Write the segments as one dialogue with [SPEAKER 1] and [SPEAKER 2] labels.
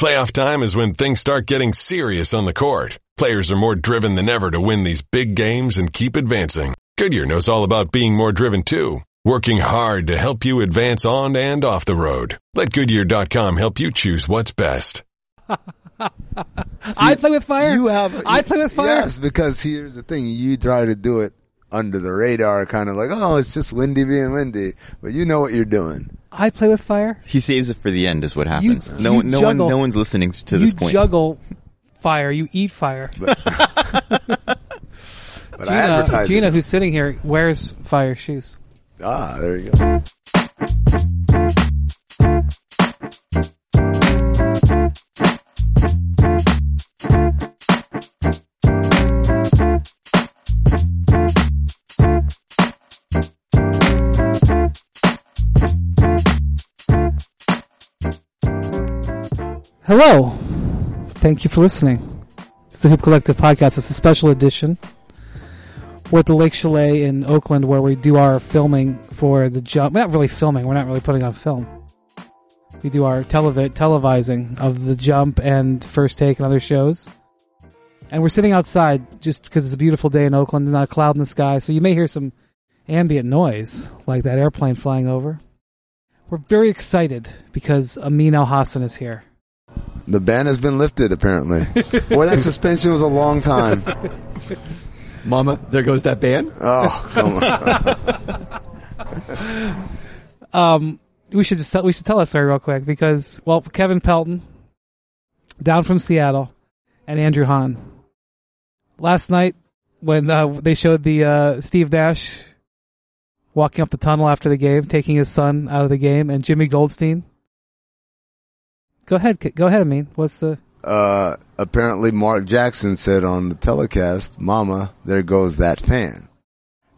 [SPEAKER 1] Playoff time is when things start getting serious on the court. Players are more driven than ever to win these big games and keep advancing. Goodyear knows all about being more driven too, working hard to help you advance on and off the road. Let Goodyear.com help you choose what's best.
[SPEAKER 2] I play with fire.
[SPEAKER 3] You have.
[SPEAKER 2] I play with fire.
[SPEAKER 3] Yes, because here's the thing: you try to do it under the radar, kind of like, oh, it's just windy being windy, but you know what you're doing.
[SPEAKER 2] I play with fire.
[SPEAKER 4] He saves it for the end, is what happens. no,
[SPEAKER 2] you
[SPEAKER 4] one- no one,
[SPEAKER 2] juggle-
[SPEAKER 4] no one's listening to
[SPEAKER 2] you
[SPEAKER 4] this point.
[SPEAKER 2] juggle fire. You eat fire.
[SPEAKER 3] But
[SPEAKER 2] Gina,
[SPEAKER 3] I advertise.
[SPEAKER 2] Gina
[SPEAKER 3] it.
[SPEAKER 2] who's sitting here, wears fire shoes.
[SPEAKER 3] ah, there you go.
[SPEAKER 2] Hello. Thank you for listening. It's the Hoop Collective podcast. It's a special edition. We're at the Lake Chalet in Oakland where we do our filming for the jump. We're not really filming. We're not really putting on film. We do our televi- televising of the jump and first take and other shows. And we're sitting outside just because it's a beautiful day in Oakland. There's not a cloud in the sky. So you may hear some ambient noise like that airplane flying over. We're very excited because Amin Al Hassan is here.
[SPEAKER 3] The ban has been lifted, apparently. Boy, that suspension was a long time.
[SPEAKER 5] Mama, there goes that band.
[SPEAKER 3] Oh, come on.
[SPEAKER 2] um, we should just tell, we should tell that story real quick because well, Kevin Pelton, down from Seattle, and Andrew Hahn. Last night when uh, they showed the uh, Steve Nash walking up the tunnel after the game, taking his son out of the game, and Jimmy Goldstein. Go ahead, K- go ahead. I mean, what's the
[SPEAKER 3] Uh, apparently, Mark Jackson said on the telecast, "Mama, there goes that fan."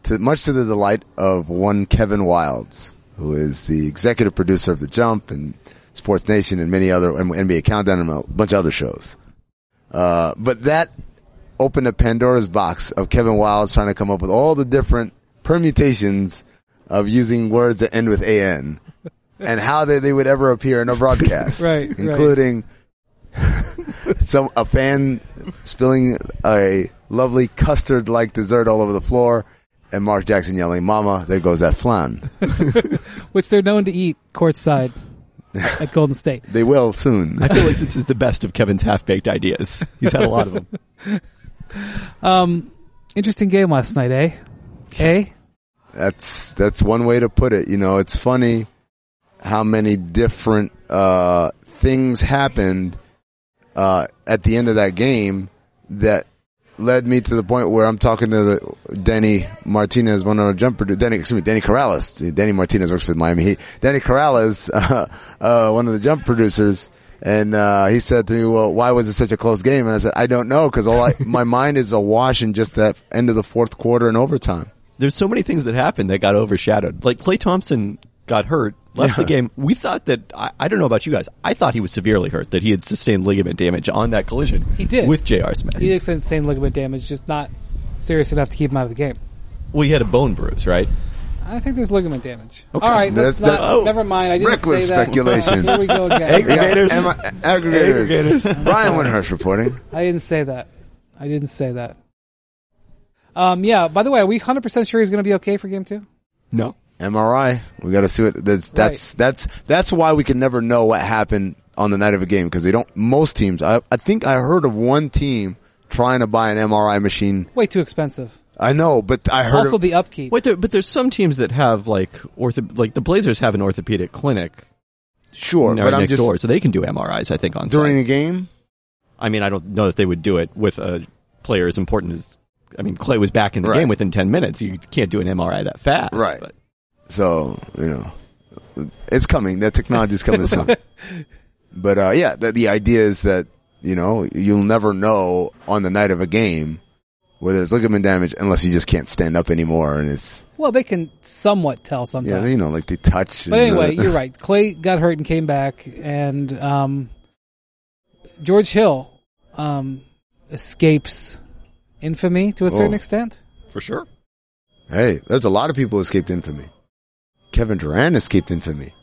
[SPEAKER 3] To much to the delight of one Kevin Wilds, who is the executive producer of The Jump and Sports Nation and many other and NBA Countdown and a bunch of other shows. Uh, but that opened a Pandora's box of Kevin Wilds trying to come up with all the different permutations of using words that end with an and how they, they would ever appear in a broadcast,
[SPEAKER 2] Right, right.
[SPEAKER 3] including some a fan spilling a lovely custard like dessert all over the floor. And Mark Jackson yelling, "Mama, there goes that flan."
[SPEAKER 2] which they're known to eat courtside at Golden State.
[SPEAKER 3] They will soon.
[SPEAKER 5] I feel like this is the best of Kevin's half baked ideas. He's had a lot of them.
[SPEAKER 2] Um, interesting game last night, eh? Eh?
[SPEAKER 3] That's that's one way to put it. You know, it's funny how many different uh, things happened uh, at the end of that game that led me to the point where I'm talking to the Danny Martinez, one of our jumper, Danny, excuse me, Danny Corrales. Danny Martinez works for Miami Heat. Danny Corrales, uh, uh, one of the jump producers. And, uh, he said to me, well, why was it such a close game? And I said, I don't know. Cause all I, my mind is awash in just that end of the fourth quarter and overtime.
[SPEAKER 5] There's so many things that happened that got overshadowed. Like Clay Thompson got hurt, left the game. We thought that I, I don't know about you guys. I thought he was severely hurt, that he had sustained ligament damage on that collision.
[SPEAKER 2] He did.
[SPEAKER 5] with J.R. Smith.
[SPEAKER 2] He extended same ligament damage, just not serious enough to keep him out of the game.
[SPEAKER 5] well, he had a bone bruise, right?
[SPEAKER 2] I think there's ligament damage. All right, let's
[SPEAKER 3] That's- that-
[SPEAKER 2] not.
[SPEAKER 5] oh.
[SPEAKER 2] never mind. I didn't
[SPEAKER 3] Reckless
[SPEAKER 2] say that.
[SPEAKER 3] speculation.
[SPEAKER 2] Here we go again.
[SPEAKER 5] Egg- Aggregators.
[SPEAKER 3] Am I- aggregators.
[SPEAKER 5] Aggregators.
[SPEAKER 3] Brian Winhurst reporting.
[SPEAKER 2] I didn't say that. I didn't say that. Um. Yeah. By the way, are we 100 percent sure he's going to be okay for game two?
[SPEAKER 5] No.
[SPEAKER 3] MRI. We got to see what that's that's that's that's why we can never know what happened on the night of a game because they don't. Most teams, I I think I heard of one team trying to buy an MRI machine.
[SPEAKER 2] Way too expensive.
[SPEAKER 3] I know, but I heard
[SPEAKER 2] also,
[SPEAKER 3] of,
[SPEAKER 2] the upkeep.
[SPEAKER 5] Wait, there, but there's some teams that have like ortho, like the Blazers have an orthopedic clinic
[SPEAKER 3] sure,
[SPEAKER 5] right
[SPEAKER 3] but I'm
[SPEAKER 5] next
[SPEAKER 3] just
[SPEAKER 5] door, so they can do MRIs. I think on
[SPEAKER 3] during
[SPEAKER 5] site.
[SPEAKER 3] a game.
[SPEAKER 5] I mean, I don't know that they would do it with a player as important as. I mean, Clay was back in the
[SPEAKER 3] Right.
[SPEAKER 5] game within ten minutes. You can't do an MRI that fast,
[SPEAKER 3] Right.
[SPEAKER 5] But
[SPEAKER 3] So you know, it's coming. That technology's coming soon. But uh, yeah, the, the idea is that you know you'll never know on the night of a game whether it's ligament damage unless you just can't stand up anymore and it's
[SPEAKER 2] well, they can somewhat tell
[SPEAKER 3] yeah
[SPEAKER 2] sometimes.
[SPEAKER 3] you know like they touch.
[SPEAKER 2] But
[SPEAKER 3] and,
[SPEAKER 2] anyway,
[SPEAKER 3] uh,
[SPEAKER 2] you're right. Clay got hurt and came back, and um, George Hill um, escapes infamy to a certain
[SPEAKER 3] Oh.
[SPEAKER 2] extent.
[SPEAKER 5] for sure,
[SPEAKER 3] Hey, there's a lot of people who escaped infamy. Kevin Durant escaped infamy.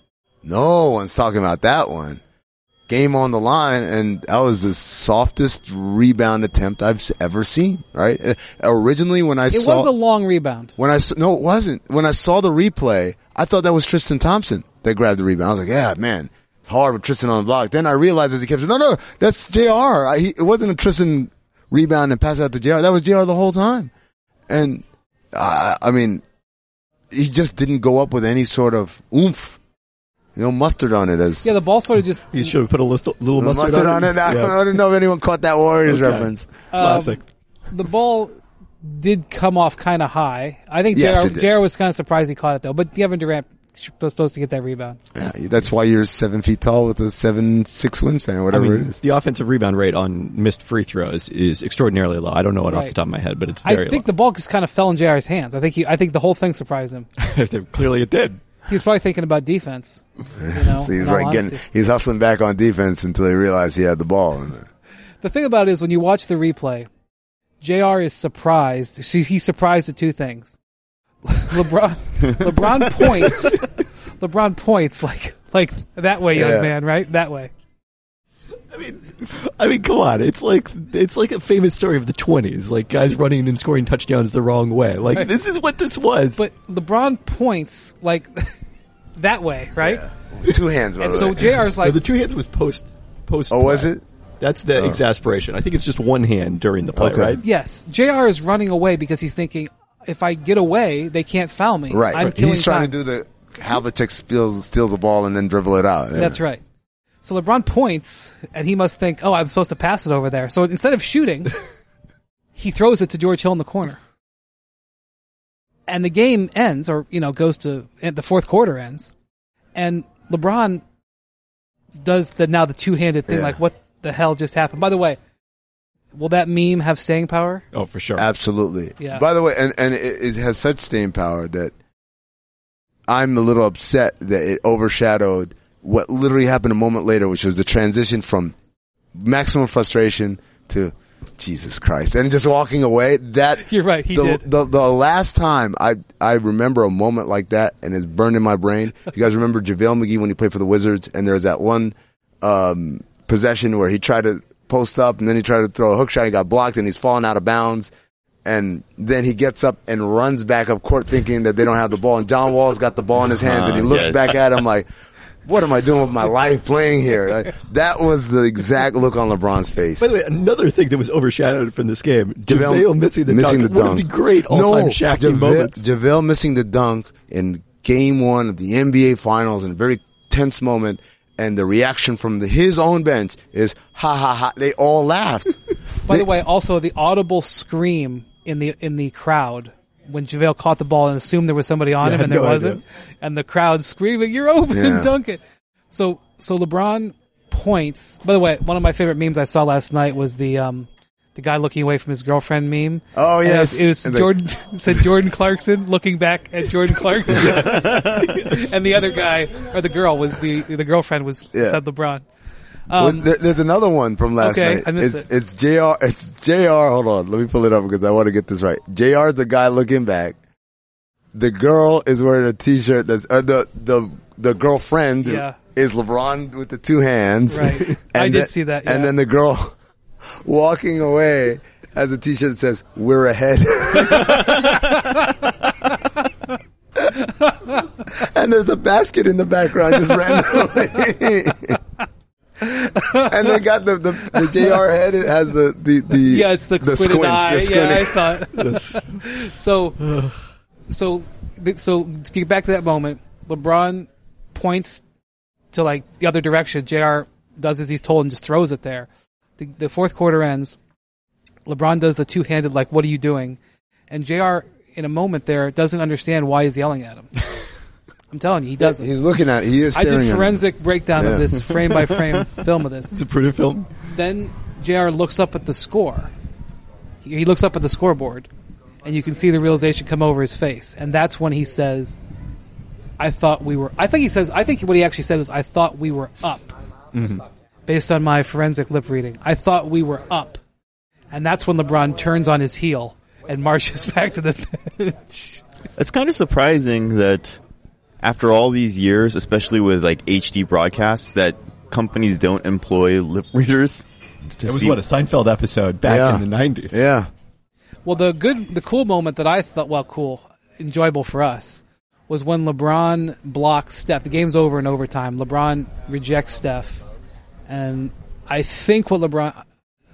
[SPEAKER 3] No one's talking about that one. game on the line, and that was the softest rebound attempt I've s- ever seen. Right? Uh, Originally, when I
[SPEAKER 2] It
[SPEAKER 3] saw
[SPEAKER 2] was a long rebound.
[SPEAKER 3] when I s- no, it wasn't. When I saw the replay, I thought that was Tristan Thompson that grabbed the rebound. I was like, yeah, man, it's hard with Tristan on the block. Then I realized as he kept, no, no, that's Jr. I, he, it wasn't a Tristan rebound and pass out to Jr. That was Jr. the whole time. And I, I mean, he just didn't go up with any sort of oomph, you know, mustard on it as
[SPEAKER 2] Yeah, the ball sort of just
[SPEAKER 5] You should have put a little, little mustard,
[SPEAKER 3] on it. I, don't, I don't know if anyone caught that Warriors
[SPEAKER 5] Okay.
[SPEAKER 3] reference.
[SPEAKER 5] Classic.
[SPEAKER 2] the ball did come off kind of high. I think
[SPEAKER 3] Yes, it
[SPEAKER 2] Jared
[SPEAKER 3] did.
[SPEAKER 2] Jared was kind of surprised he caught it though. But Kevin Durant was supposed to get that rebound.
[SPEAKER 3] Yeah, that's why you're seven feet tall with a seven six wingspan,
[SPEAKER 5] I
[SPEAKER 3] whatever it
[SPEAKER 5] mean,
[SPEAKER 3] is.
[SPEAKER 5] the offensive rebound rate on missed free throws is extraordinarily low. I don't know it off the
[SPEAKER 2] Right.
[SPEAKER 5] top of my head, but it's
[SPEAKER 2] I
[SPEAKER 5] very
[SPEAKER 2] think the ball just kind of fell in Jared's hands. I think he, I think the whole thing surprised him.
[SPEAKER 5] low. Clearly it did.
[SPEAKER 2] He was probably thinking about defense. You know,
[SPEAKER 3] So he was
[SPEAKER 2] in all
[SPEAKER 3] right getting,
[SPEAKER 2] honesty.
[SPEAKER 3] he was hustling back on defense until he realized he had the ball. And
[SPEAKER 2] The thing about it is when you watch the replay, Jr. is surprised. See, he's surprised at two things. LeBron, LeBron points. LeBron points like like that way, young
[SPEAKER 3] Yeah.
[SPEAKER 2] man, right? That way.
[SPEAKER 5] I mean, I mean, come on! It's like it's like a famous story of the twenties, like guys running and scoring touchdowns the wrong way. Like
[SPEAKER 2] Right.
[SPEAKER 5] this is what this was.
[SPEAKER 2] But LeBron points like that way, right?
[SPEAKER 3] two hands, by
[SPEAKER 2] And
[SPEAKER 3] the
[SPEAKER 2] so
[SPEAKER 3] way.
[SPEAKER 2] JR's
[SPEAKER 5] No,
[SPEAKER 2] like,
[SPEAKER 5] the two hands was post post.
[SPEAKER 3] oh, was
[SPEAKER 5] play.
[SPEAKER 3] it?
[SPEAKER 5] That's the exasperation. I think it's just one hand during the play,
[SPEAKER 3] Okay.
[SPEAKER 5] right?
[SPEAKER 2] yes, JR is running away because he's thinking, if I get away, they can't foul me.
[SPEAKER 3] Right.
[SPEAKER 2] I'm killing
[SPEAKER 3] He's trying
[SPEAKER 2] time.
[SPEAKER 3] to do the Halvertech steals steals the ball and then dribble it out. Yeah.
[SPEAKER 2] That's right. So LeBron points, and he must think, oh, I'm supposed to pass it over there. So instead of shooting, he throws it to George Hill in the corner. And the game ends, or, you know, goes to and the fourth quarter ends. And LeBron does the now the two handed thing,
[SPEAKER 3] Yeah.
[SPEAKER 2] like, what the hell just happened? By the way, will that meme have staying power?
[SPEAKER 5] Oh, for sure.
[SPEAKER 3] Absolutely.
[SPEAKER 2] Yeah.
[SPEAKER 3] By the way, and and it, it has such staying power that I'm a little upset that it overshadowed what literally happened a moment later, which was the transition from maximum frustration to Jesus Christ and just walking away. That
[SPEAKER 2] You're right, he
[SPEAKER 3] the,
[SPEAKER 2] did.
[SPEAKER 3] The, the last time I I remember a moment like that and it's burned in my brain. You guys remember JaVale McGee when he played for the Wizards and there was that one um, possession where he tried to post up and then he tried to throw a hook shot. He got blocked and he's falling out of bounds. And then he gets up and runs back up court thinking that they don't have the ball. And John Wall's got the ball in his hands and he
[SPEAKER 4] Uh-huh,
[SPEAKER 3] looks
[SPEAKER 4] yes.
[SPEAKER 3] back at him like, what am I doing with my life playing here? Like, that was the exact look on LeBron's face.
[SPEAKER 5] By the way, another thing that was overshadowed from this game: JaVale, missing the
[SPEAKER 3] missing
[SPEAKER 5] dunk.
[SPEAKER 3] the
[SPEAKER 5] One of the
[SPEAKER 3] dunk.
[SPEAKER 5] great all-time shocking
[SPEAKER 3] JaVale,
[SPEAKER 5] moments.
[SPEAKER 3] JaVale missing the dunk in game one of the NBA Finals in a very tense moment, and the reaction from the, his own bench is ha ha ha. They all laughed.
[SPEAKER 2] By
[SPEAKER 3] They-
[SPEAKER 2] the way, also the audible scream in the in the crowd when JaVale caught the ball and assumed there was somebody on
[SPEAKER 5] Yeah,
[SPEAKER 2] him
[SPEAKER 5] I
[SPEAKER 2] and
[SPEAKER 5] had
[SPEAKER 2] there
[SPEAKER 5] no
[SPEAKER 2] wasn't,
[SPEAKER 5] idea.
[SPEAKER 2] and the crowd screaming, "You're open,
[SPEAKER 3] Yeah.
[SPEAKER 2] dunk it!" So so LeBron points. By the way, one of my favorite memes I saw last night was the um the guy looking away from his girlfriend meme.
[SPEAKER 3] Oh,
[SPEAKER 2] And
[SPEAKER 3] yes.
[SPEAKER 2] it was, it was
[SPEAKER 3] And the-
[SPEAKER 2] Jordan it said Jordan Clarkson looking back at Jordan Clarkson, and the other guy or the girl was the the girlfriend was
[SPEAKER 3] Yeah.
[SPEAKER 2] said LeBron.
[SPEAKER 3] Well,
[SPEAKER 2] Um,
[SPEAKER 3] there- there's another one from last
[SPEAKER 2] Okay,
[SPEAKER 3] night.
[SPEAKER 2] I missed
[SPEAKER 3] it's, it's Jr. It's Jr. Hold on, let me pull it up because I want to get this right. Jr. is the guy looking back. The girl is wearing a T-shirt. That's uh, the the the girlfriend
[SPEAKER 2] Yeah.
[SPEAKER 3] is LeBron with the two hands.
[SPEAKER 2] Right.
[SPEAKER 3] And
[SPEAKER 2] I did
[SPEAKER 3] the-
[SPEAKER 2] see that,
[SPEAKER 3] And
[SPEAKER 2] yeah.
[SPEAKER 3] then the girl walking away has a T-shirt that says "We're ahead." and there's a basket in the background just randomly. and they got the, the, the JR head. It has the, the, the
[SPEAKER 2] yeah, it's the, squinted
[SPEAKER 3] squint,
[SPEAKER 2] eye.
[SPEAKER 3] the squint.
[SPEAKER 2] Yeah, I saw it. So, so, th- so to get back to that moment, LeBron points to like the other direction. Jr. does as he's told and just throws it there. The, the fourth quarter ends. LeBron does the two handed like, "What are you doing?" And Jr. in a moment there doesn't understand why he's yelling at him. I'm telling you, he doesn't.
[SPEAKER 3] He's looking at it. He is
[SPEAKER 2] I
[SPEAKER 3] staring
[SPEAKER 2] did
[SPEAKER 3] at it.
[SPEAKER 2] forensic breakdown
[SPEAKER 3] Yeah.
[SPEAKER 2] of this frame by frame film of this
[SPEAKER 5] it's a pretty film.
[SPEAKER 2] then JR looks up at the score. He he looks up at the scoreboard, and you can see the realization come over his face. And that's when he says, "I thought we were." I think he says, "I think what he actually said was, I thought we were up." Based on my forensic lip reading, I thought we were up, and that's when LeBron turns on his heel and marches back to the bench.
[SPEAKER 4] It's kind of surprising that after all these years, especially with like HD broadcasts, that companies don't employ lip readers. To
[SPEAKER 5] It was
[SPEAKER 4] see-
[SPEAKER 5] what a Seinfeld episode back
[SPEAKER 3] Yeah.
[SPEAKER 5] in the nineties.
[SPEAKER 3] Yeah.
[SPEAKER 2] Well, the good, the cool moment that I thought, well, cool, enjoyable for us, was when LeBron blocks Steph. The game's over in overtime. LeBron rejects Steph, and I think what LeBron,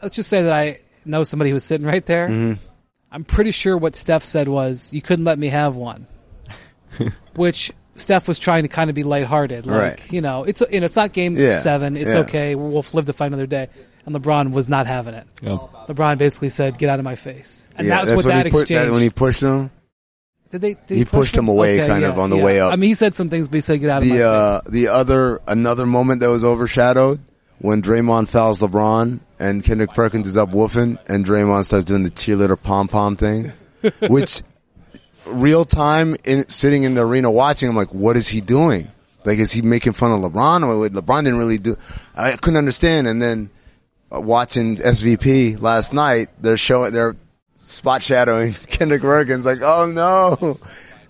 [SPEAKER 2] let's just say that I know somebody who was sitting right there.
[SPEAKER 3] Mm-hmm.
[SPEAKER 2] I'm pretty sure what Steph said was, "You couldn't let me have one," which Steph was trying to kind of be lighthearted, like
[SPEAKER 3] Right.
[SPEAKER 2] you know, it's you know, it's not game
[SPEAKER 3] Yeah,
[SPEAKER 2] seven. It's
[SPEAKER 3] yeah.
[SPEAKER 2] okay. We'll live to fight another day. And LeBron was not having it. LeBron basically said, "Get out of my face," and
[SPEAKER 3] yeah.
[SPEAKER 2] that was what
[SPEAKER 3] when
[SPEAKER 2] that
[SPEAKER 3] he pushed-
[SPEAKER 2] exchange.
[SPEAKER 3] when he pushed him.
[SPEAKER 2] did they? Did
[SPEAKER 3] he
[SPEAKER 2] push
[SPEAKER 3] pushed him away kind of on the way up.
[SPEAKER 2] I mean, he said some things, but he said, "Get out of my
[SPEAKER 3] the
[SPEAKER 2] face."
[SPEAKER 3] uh, the other another moment that was overshadowed when Draymond fouls LeBron and Kendrick Perkins is up woofing and Draymond starts doing the cheerleader pom pom thing, which real time in sitting in the arena watching, I'm like, what is he doing? Like, is he making fun of LeBron or what LeBron didn't really do? I couldn't understand. And then uh, watching SVP last night, they're showing they're spot shadowing Kendrick Perkins. Like, oh no.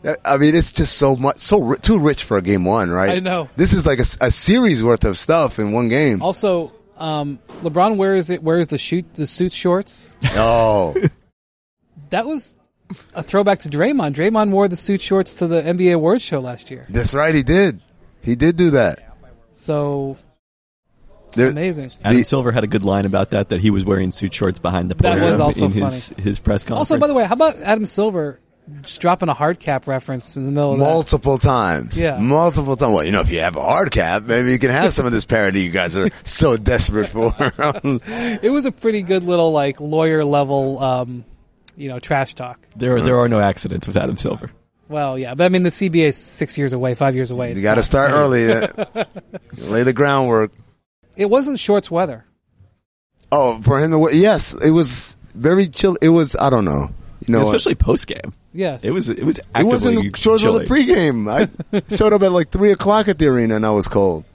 [SPEAKER 3] That- I mean, it's just so much, so ri- too rich for a game one, right?
[SPEAKER 2] I know. Oh.
[SPEAKER 3] This is like a, s- a series worth of stuff in one game.
[SPEAKER 2] Also, um, LeBron wears it wears the shoot the suit shorts.
[SPEAKER 3] Oh,
[SPEAKER 2] That was a throwback to Draymond. Draymond wore the suit shorts to the NBA Awards show last year.
[SPEAKER 3] that's right. He did. He did do that.
[SPEAKER 2] So
[SPEAKER 3] There-
[SPEAKER 2] amazing.
[SPEAKER 5] Adam
[SPEAKER 3] The-
[SPEAKER 5] Silver had a good line about that that he was wearing suit shorts behind the
[SPEAKER 2] That
[SPEAKER 5] podium
[SPEAKER 2] was also
[SPEAKER 5] in his his press conference.
[SPEAKER 2] Also, by the way, how about Adam Silver just dropping a hard cap reference in the middle of that?
[SPEAKER 3] multiple times.
[SPEAKER 2] Yeah.
[SPEAKER 3] Multiple times. Well, you know, if you have a hard cap, maybe you can have some of this parody you guys are so desperate for.
[SPEAKER 2] It was a pretty good little like lawyer level, um, you know, trash talk.
[SPEAKER 5] there there are no accidents with Adam Silver.
[SPEAKER 2] Well, yeah, but I mean, the CBA is six years away, five years away.
[SPEAKER 3] you
[SPEAKER 2] It's
[SPEAKER 3] got to
[SPEAKER 2] not-
[SPEAKER 3] start early. uh, Lay the groundwork.
[SPEAKER 2] It wasn't shorts weather.
[SPEAKER 3] Oh, for him to wa- yes, it was very chill. It was I don't know. You know, what?
[SPEAKER 5] Especially post game.
[SPEAKER 2] Yes,
[SPEAKER 5] It was it was
[SPEAKER 3] uh, it was in
[SPEAKER 5] actively
[SPEAKER 3] the shorts of the
[SPEAKER 5] chilly.
[SPEAKER 3] pregame. I showed up at like three o'clock at the arena and I was cold.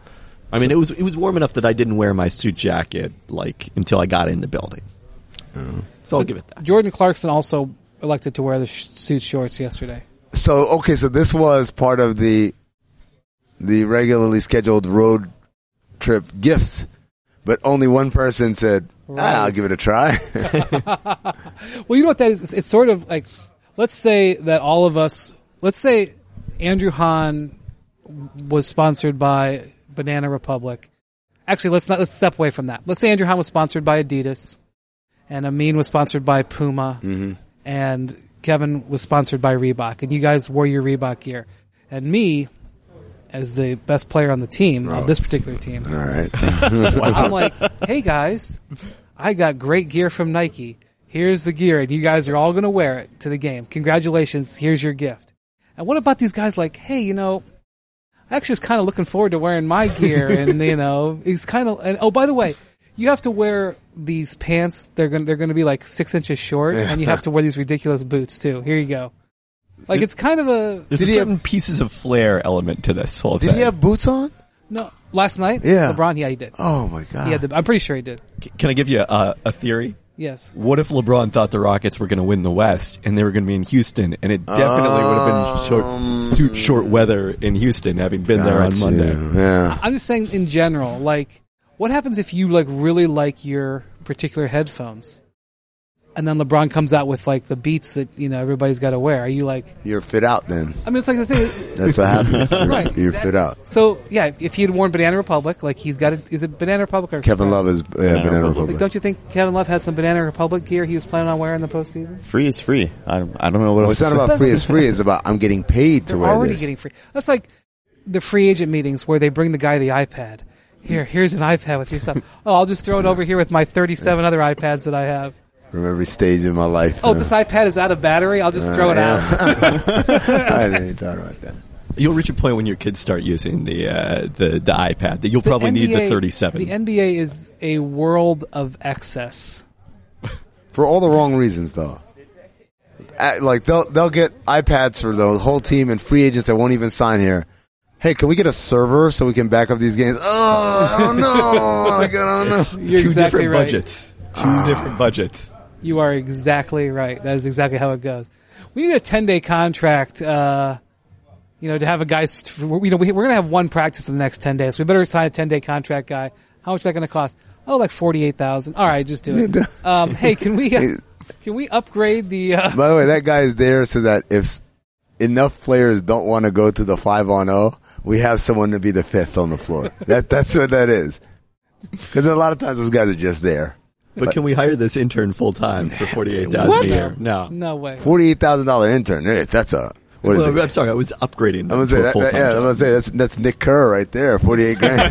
[SPEAKER 5] I mean, it was it was warm enough that I didn't wear my suit jacket like until I got in the building. So I'll give it that.
[SPEAKER 2] Jordan Clarkson also elected to wear the sh- suit shorts yesterday.
[SPEAKER 3] So okay, so this was part of the the regularly scheduled road trip gifts, but only one person said, ah, "I'll
[SPEAKER 2] Right.
[SPEAKER 3] give it a try."
[SPEAKER 2] Well, you know what that is? It's- It's sort of like, let's say that all of us, let's say Andrew Hahn was sponsored by Banana Republic. Actually, let's not, let's step away from that. Let's say Andrew Hahn was sponsored by Adidas and Amin was sponsored by Puma and Kevin was sponsored by Reebok and you guys wore your Reebok gear and me as the best player on the team of this particular team.
[SPEAKER 3] All right,
[SPEAKER 2] I'm like, hey guys, I got great gear from Nike. Here's the gear, and you guys are all going to wear it to the game. Congratulations. Here's your gift. And what about these guys like, hey, you know, I actually was kind of looking forward to wearing my gear, and you know, it's kind of. And oh, by the way, you have to wear these pants. They're going to they're going to be like six inches short, and you have to wear these ridiculous boots too. Here you go. Like it's kind of a
[SPEAKER 5] There's
[SPEAKER 3] Did
[SPEAKER 5] a
[SPEAKER 3] he
[SPEAKER 5] certain pieces of flair element to this whole
[SPEAKER 3] did
[SPEAKER 5] thing.
[SPEAKER 3] he have boots on?
[SPEAKER 2] no. Last night,
[SPEAKER 3] Yeah.
[SPEAKER 2] LeBron, yeah, he did.
[SPEAKER 3] Oh my god!
[SPEAKER 2] He had the. I'm pretty sure he did.
[SPEAKER 5] Can I give you a, a theory?
[SPEAKER 2] Yes.
[SPEAKER 5] What if LeBron thought the Rockets were going to win the West and they were going to be in Houston, and it definitely would have been short, suit short weather in Houston, having been there on
[SPEAKER 3] Got
[SPEAKER 5] Monday.
[SPEAKER 3] you. Yeah.
[SPEAKER 2] I'm just saying in general, like, what happens if you like really like your particular headphones, and then LeBron comes out with like the beats that you know everybody's got to wear? Are you like?
[SPEAKER 3] You're fit out then.
[SPEAKER 2] I mean, it's like the thing.
[SPEAKER 3] That's what happens. You're,
[SPEAKER 2] Right,
[SPEAKER 3] you're
[SPEAKER 2] exactly.
[SPEAKER 3] fit out.
[SPEAKER 2] so yeah, if he had worn Banana Republic, like he's got it. Is it Banana Republic or
[SPEAKER 3] Kevin
[SPEAKER 2] Express?
[SPEAKER 3] Love is yeah, Banana
[SPEAKER 4] Republic.
[SPEAKER 2] Like,
[SPEAKER 3] Republic.
[SPEAKER 2] don't you think Kevin Love had some Banana Republic gear he was planning on wearing in the postseason?
[SPEAKER 4] Free is free. I don't, I don't know what
[SPEAKER 3] Well,
[SPEAKER 4] else.
[SPEAKER 3] it's
[SPEAKER 4] to
[SPEAKER 3] not
[SPEAKER 4] say.
[SPEAKER 3] about free. It's free. It's about I'm getting paid to
[SPEAKER 2] They're
[SPEAKER 3] wear
[SPEAKER 2] already
[SPEAKER 3] this.
[SPEAKER 2] getting free. That's like the free agent meetings where they bring the guy the iPad. Here, here's an iPad with your stuff. Oh, I'll just throw it over here with my 37 other iPads that I have.
[SPEAKER 3] From every stage in my life.
[SPEAKER 2] Oh, this iPad is out of battery. I'll
[SPEAKER 5] Uh,
[SPEAKER 2] just throw it out.
[SPEAKER 3] I hadn't even thought about that.
[SPEAKER 5] You'll reach a point when your kids start using the uh, the, the iPad that you'll probably need the
[SPEAKER 2] NBA
[SPEAKER 5] 37.
[SPEAKER 2] The NBA is a world of excess.
[SPEAKER 3] For all the wrong reasons, though. Uh, Like they'll they'll get iPads for the whole team and free agents that won't even sign here. Hey, can we get a server so we can back up these games? Oh, I don't know. Like, I don't know.
[SPEAKER 2] You're
[SPEAKER 5] Two
[SPEAKER 2] exactly
[SPEAKER 5] different
[SPEAKER 2] right.
[SPEAKER 5] budgets. Two different budgets.
[SPEAKER 2] You are exactly right. That is exactly how it goes. We need a 10 day contract uh, You know, to have a guy, st- you know, we, we're going to have one practice in the next 10 days. We better sign a 10 day contract guy. How much is that going to cost? Oh, like 48,000. All right, just do it. um, hey, can we, uh, can we upgrade the, uh,
[SPEAKER 3] By the way, that guy is there so that if enough players don't want to go to the five on zero, we have someone to be the fifth on the floor. that that's what that is. Because a lot of times those guys are just there.
[SPEAKER 5] But can we hire this intern full time for forty eight thousand
[SPEAKER 3] What?
[SPEAKER 5] a year? No.
[SPEAKER 2] no way.
[SPEAKER 3] Forty-eight thousand dollar intern. eh, That's a what is
[SPEAKER 5] Well, I'm
[SPEAKER 3] it?
[SPEAKER 5] sorry, I was upgrading.
[SPEAKER 3] I'm gonna
[SPEAKER 5] them to
[SPEAKER 3] say
[SPEAKER 5] a
[SPEAKER 3] that,
[SPEAKER 5] full-time
[SPEAKER 3] that- yeah. I'm
[SPEAKER 5] job.
[SPEAKER 3] gonna say that's that's Nick Kerr right there. Forty-eight grand.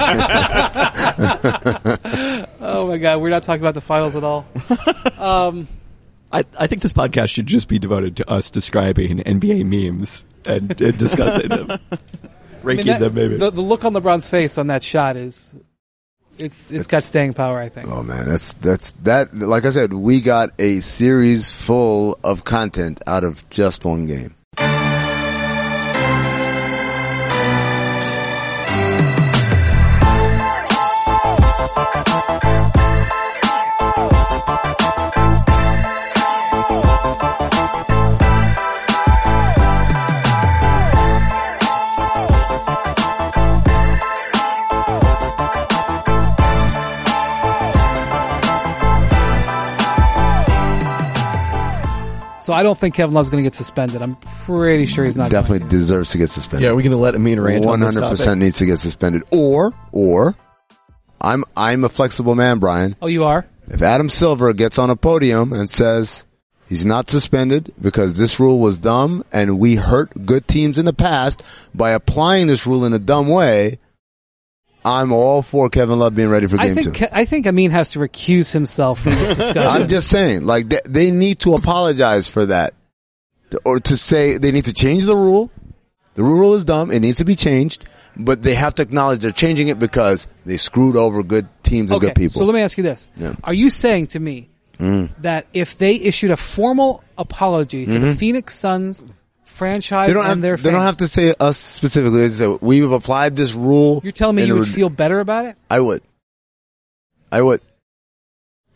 [SPEAKER 2] Oh my God. We're not talking about the finals at all.
[SPEAKER 5] I, I think this podcast should just be devoted to us describing NBA memes and, and discussing them,
[SPEAKER 2] I mean,
[SPEAKER 5] ranking
[SPEAKER 2] that-
[SPEAKER 5] them, maybe.
[SPEAKER 2] the, the look on LeBron's face on that shot is, it's, it's got staying power, I think.
[SPEAKER 3] oh man, that's that's that. Like I said, we got a series full of content out of just one game.
[SPEAKER 2] So I don't think Kevin Love's going to get suspended. I'm pretty sure he's not. going
[SPEAKER 3] Definitely deserves to get suspended.
[SPEAKER 5] yeah, are we going to let Amin rant
[SPEAKER 3] One
[SPEAKER 5] on this
[SPEAKER 3] hundred percent
[SPEAKER 5] topic?
[SPEAKER 3] needs to get suspended, or or I'm I'm a flexible man, Brian.
[SPEAKER 2] Oh, you are?
[SPEAKER 3] If Adam Silver gets on a podium and says he's not suspended because this rule was dumb and we hurt good teams in the past by applying this rule in a dumb way, I'm all for Kevin Love being ready for
[SPEAKER 2] I
[SPEAKER 3] game
[SPEAKER 2] think
[SPEAKER 3] two.
[SPEAKER 2] Ke- I think Amin has to recuse himself from this discussion.
[SPEAKER 3] I'm just saying, like they, they need to apologize for that, or to say they need to change the rule. The rule is dumb; it needs to be changed. But they have to acknowledge they're changing it because they screwed over good teams and
[SPEAKER 2] okay,
[SPEAKER 3] good people.
[SPEAKER 2] So let me ask you this:
[SPEAKER 3] Yeah. Mm.
[SPEAKER 2] Are you saying to me that if they issued a formal apology to the Phoenix Suns franchise
[SPEAKER 3] Mm-hmm. they don't have
[SPEAKER 2] and their
[SPEAKER 3] they don't
[SPEAKER 2] fans,
[SPEAKER 3] have to say us specifically. They say we've applied this rule.
[SPEAKER 2] you're telling me
[SPEAKER 3] in
[SPEAKER 2] you
[SPEAKER 3] a
[SPEAKER 2] would
[SPEAKER 3] re-
[SPEAKER 2] feel better about it?
[SPEAKER 3] I would. I would.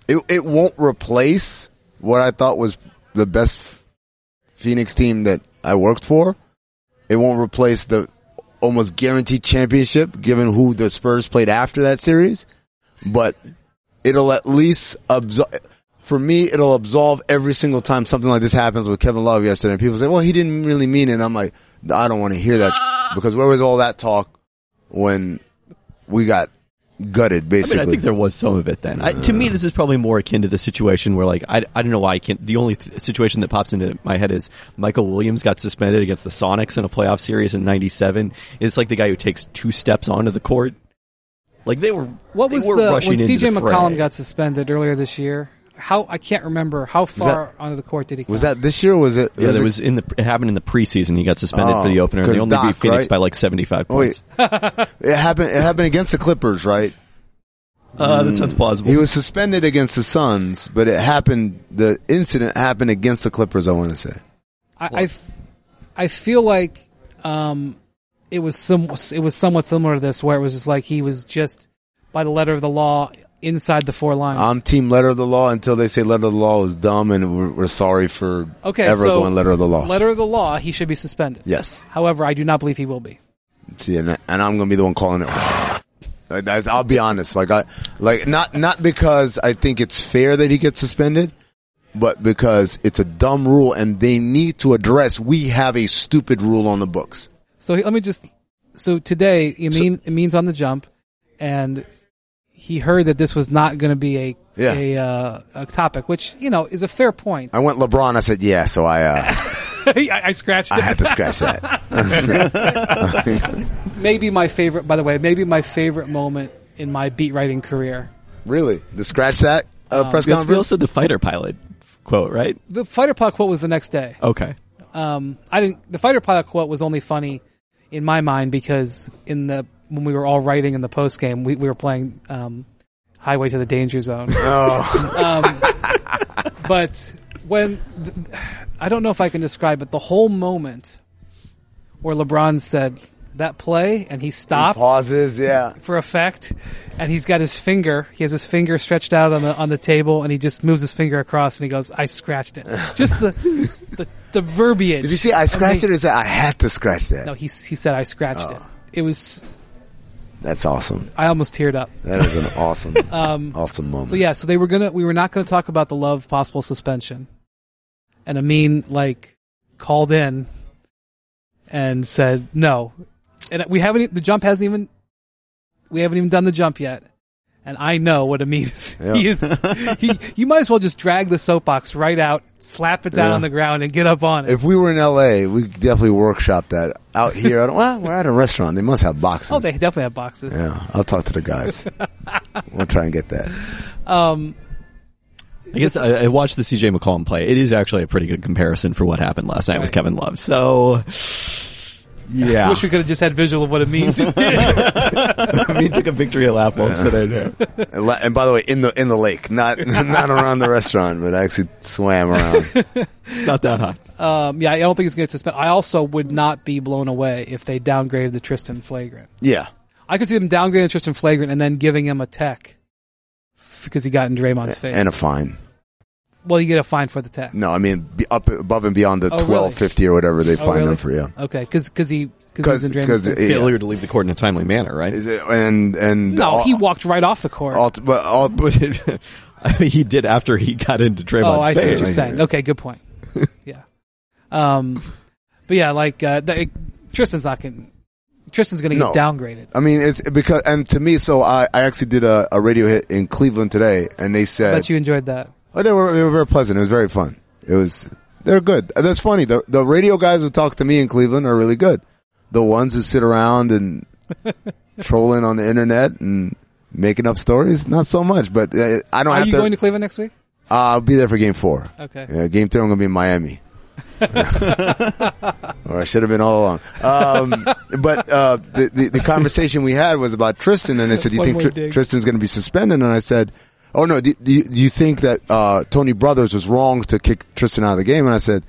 [SPEAKER 3] It it won't replace what I thought was the best Phoenix team that I worked for. It won't replace the almost guaranteed championship given who the Spurs played after that series, but it'll at least absolve for me it'll absolve every single time something like this happens with Kevin Love yesterday. And people say, "Well, he didn't really mean it." And I'm like, "I don't want to hear that because where was all that talk when we got gutted
[SPEAKER 5] I mean, I
[SPEAKER 3] basically.
[SPEAKER 5] think there was some of it then. I, to me, this is probably more akin to the situation where, like, I, I don't know why I can't. The only th- situation that pops into my head is Michael Williams got suspended against the Sonics in a playoff series in '97. It's like the guy who takes two steps onto the court. Like they were.
[SPEAKER 2] What
[SPEAKER 5] they
[SPEAKER 2] was
[SPEAKER 5] were
[SPEAKER 2] the
[SPEAKER 5] rushing
[SPEAKER 2] when
[SPEAKER 5] into
[SPEAKER 2] CJ
[SPEAKER 5] the
[SPEAKER 2] McCollum
[SPEAKER 5] fray.
[SPEAKER 2] got suspended earlier this year? How I can't remember how far onto the court did he? Come?
[SPEAKER 3] was that this year? Or was it?
[SPEAKER 5] Yeah, it was in the it happened in the preseason. He got suspended
[SPEAKER 3] Oh,
[SPEAKER 5] for the opener. and
[SPEAKER 3] 'cause
[SPEAKER 5] They only
[SPEAKER 3] Doc,
[SPEAKER 5] beat Phoenix
[SPEAKER 3] right?
[SPEAKER 5] by like seventy-five
[SPEAKER 3] Oh, wait.
[SPEAKER 5] points.
[SPEAKER 3] It happened. It happened against the Clippers, right?
[SPEAKER 5] Uh, that sounds plausible.
[SPEAKER 3] He was suspended against the Suns, but it happened. The incident happened against the Clippers. I want to say.
[SPEAKER 2] I, I f- I feel like um, it was some it was somewhat similar to this, where it was just like he was just by the letter of the law inside the four lines.
[SPEAKER 3] I'm team letter of the law until they say letter of the law is dumb, and we're, we're sorry for
[SPEAKER 2] okay,
[SPEAKER 3] ever
[SPEAKER 2] so
[SPEAKER 3] going letter of the law.
[SPEAKER 2] letter of the law, he should be suspended.
[SPEAKER 3] yes.
[SPEAKER 2] However, I do not believe he will be.
[SPEAKER 3] See, and, and I'm gonna be the one calling it. wrong. Like, that's- I'll be honest. Like I, like not not because I think it's fair that he gets suspended, but because it's a dumb rule, and they need to address. We have a stupid rule on the books.
[SPEAKER 2] So he- let me just. So today, Amin Amin's on the jump, and he heard that this was not going to be a
[SPEAKER 3] Yeah.
[SPEAKER 2] a, uh, a topic, which you know is a fair point.
[SPEAKER 3] I went LeBron. I said, yeah. So I, uh,
[SPEAKER 2] I, I scratched
[SPEAKER 3] I
[SPEAKER 2] it.
[SPEAKER 3] had to scratch that.
[SPEAKER 2] maybe my favorite. By the way, maybe my favorite moment in my beat writing career
[SPEAKER 3] Really? The scratch that uh, press
[SPEAKER 5] That's- we
[SPEAKER 3] conference?
[SPEAKER 5] also the fighter pilot quote, right?
[SPEAKER 2] the fighter pilot quote was the next day.
[SPEAKER 5] Okay.
[SPEAKER 2] Um, I didn't. The fighter pilot quote was only funny in my mind because in the when we were all writing in the post game, we, we were playing um, Highway to the Danger Zone. Um,
[SPEAKER 3] Oh,
[SPEAKER 2] but when th- I don't know if I can describe it, the whole moment where LeBron said that play and he stopped
[SPEAKER 3] Pauses, yeah.
[SPEAKER 2] for effect, and he's got his finger. He has his finger stretched out on the on the table, and he just moves his finger across, and he goes, "I scratched it." Just the the, the verbiage.
[SPEAKER 3] Did you see? I
[SPEAKER 2] of
[SPEAKER 3] scratched Oh.
[SPEAKER 2] me-
[SPEAKER 3] it. Or is that I had to scratch that?
[SPEAKER 2] No, he he said I scratched it. It was
[SPEAKER 3] That's awesome.
[SPEAKER 2] I almost teared up.
[SPEAKER 3] That is an awesome, awesome moment.
[SPEAKER 2] Um, So yeah, so they were gonna we were not gonna talk about the love possible suspension, and Amin like called in and said no, and we haven't e, the jump hasn't even we haven't even done the jump yet, and I know what Amin is. He is he. You might as well just drag the soapbox right out, slap it down
[SPEAKER 3] Yeah.
[SPEAKER 2] on the ground, and get up on it.
[SPEAKER 3] If we were in L.A., we could definitely workshop that out here. I don't, well, we're at a restaurant. They must have boxes.
[SPEAKER 2] oh, they definitely have boxes.
[SPEAKER 3] Yeah, I'll talk to the guys. we'll try and get that.
[SPEAKER 2] Um,
[SPEAKER 5] I guess I, I watched the CJ McCollum play. It is actually a pretty good comparison for what happened last night with
[SPEAKER 2] Right.
[SPEAKER 5] Kevin Love. So, yeah,
[SPEAKER 2] wish we could have just had visual of what Amin just did.
[SPEAKER 5] I mean, took a victory lap while sitting there.
[SPEAKER 3] And la- and by the way, in the in the lake, not not around the restaurant, but I actually swam around.
[SPEAKER 5] Not that hot.
[SPEAKER 2] Um, yeah, I don't think it's going to suspend. I also would not be blown away if they downgraded the Tristan Flagrant.
[SPEAKER 3] Yeah,
[SPEAKER 2] I could see them downgrading Tristan Flagrant and then giving him a tech because he got in Draymond's face.
[SPEAKER 3] and a fine.
[SPEAKER 2] well, you get a fine for the tech.
[SPEAKER 3] No, I mean be up above and beyond the
[SPEAKER 2] Oh, really?
[SPEAKER 3] twelve fifty or whatever they
[SPEAKER 2] Oh,
[SPEAKER 3] find
[SPEAKER 2] really?
[SPEAKER 3] them for. Yeah,
[SPEAKER 2] Okay, because he because
[SPEAKER 3] because
[SPEAKER 2] in Draymond's face.
[SPEAKER 5] Failure to leave the court in a timely manner, right?
[SPEAKER 3] and and
[SPEAKER 2] no,
[SPEAKER 3] all,
[SPEAKER 2] he walked right off the court.
[SPEAKER 3] all, but all,
[SPEAKER 5] But it, I mean, he did after he got into Draymond's
[SPEAKER 2] oh, I see
[SPEAKER 5] face.
[SPEAKER 2] what you're saying. Okay, good point. yeah, um, but yeah, like uh, that, Tristan's not going. Tristan's going to get
[SPEAKER 3] No.
[SPEAKER 2] downgraded.
[SPEAKER 3] I mean, it's because and to me, so I, I actually did a, a radio hit in Cleveland today, and they
[SPEAKER 2] I
[SPEAKER 3] said
[SPEAKER 2] bet you enjoyed that.
[SPEAKER 3] Oh, they were they were very pleasant. It was very fun. It was they're good. And that's funny. The the radio guys who talk to me in Cleveland are really good. The ones who sit around and trolling on the internet and making up stories, not so much. But uh, I don't
[SPEAKER 2] Are
[SPEAKER 3] have
[SPEAKER 2] you
[SPEAKER 3] to.
[SPEAKER 2] going to Cleveland next week?
[SPEAKER 3] uh, I'll be there for game four.
[SPEAKER 2] Okay.
[SPEAKER 3] Yeah, game three, I'm going to be in Miami. or I should have been all along. Um, but uh, the, the the conversation we had was about Tristan, and I said, "Do you
[SPEAKER 2] One
[SPEAKER 3] think
[SPEAKER 2] more
[SPEAKER 3] Tr-
[SPEAKER 2] dig.
[SPEAKER 3] Tristan's going to be suspended?" And I said, "Oh no, do, do, you- do you think that uh, Tony Brothers was wrong to kick Tristan out of the game?" And I said,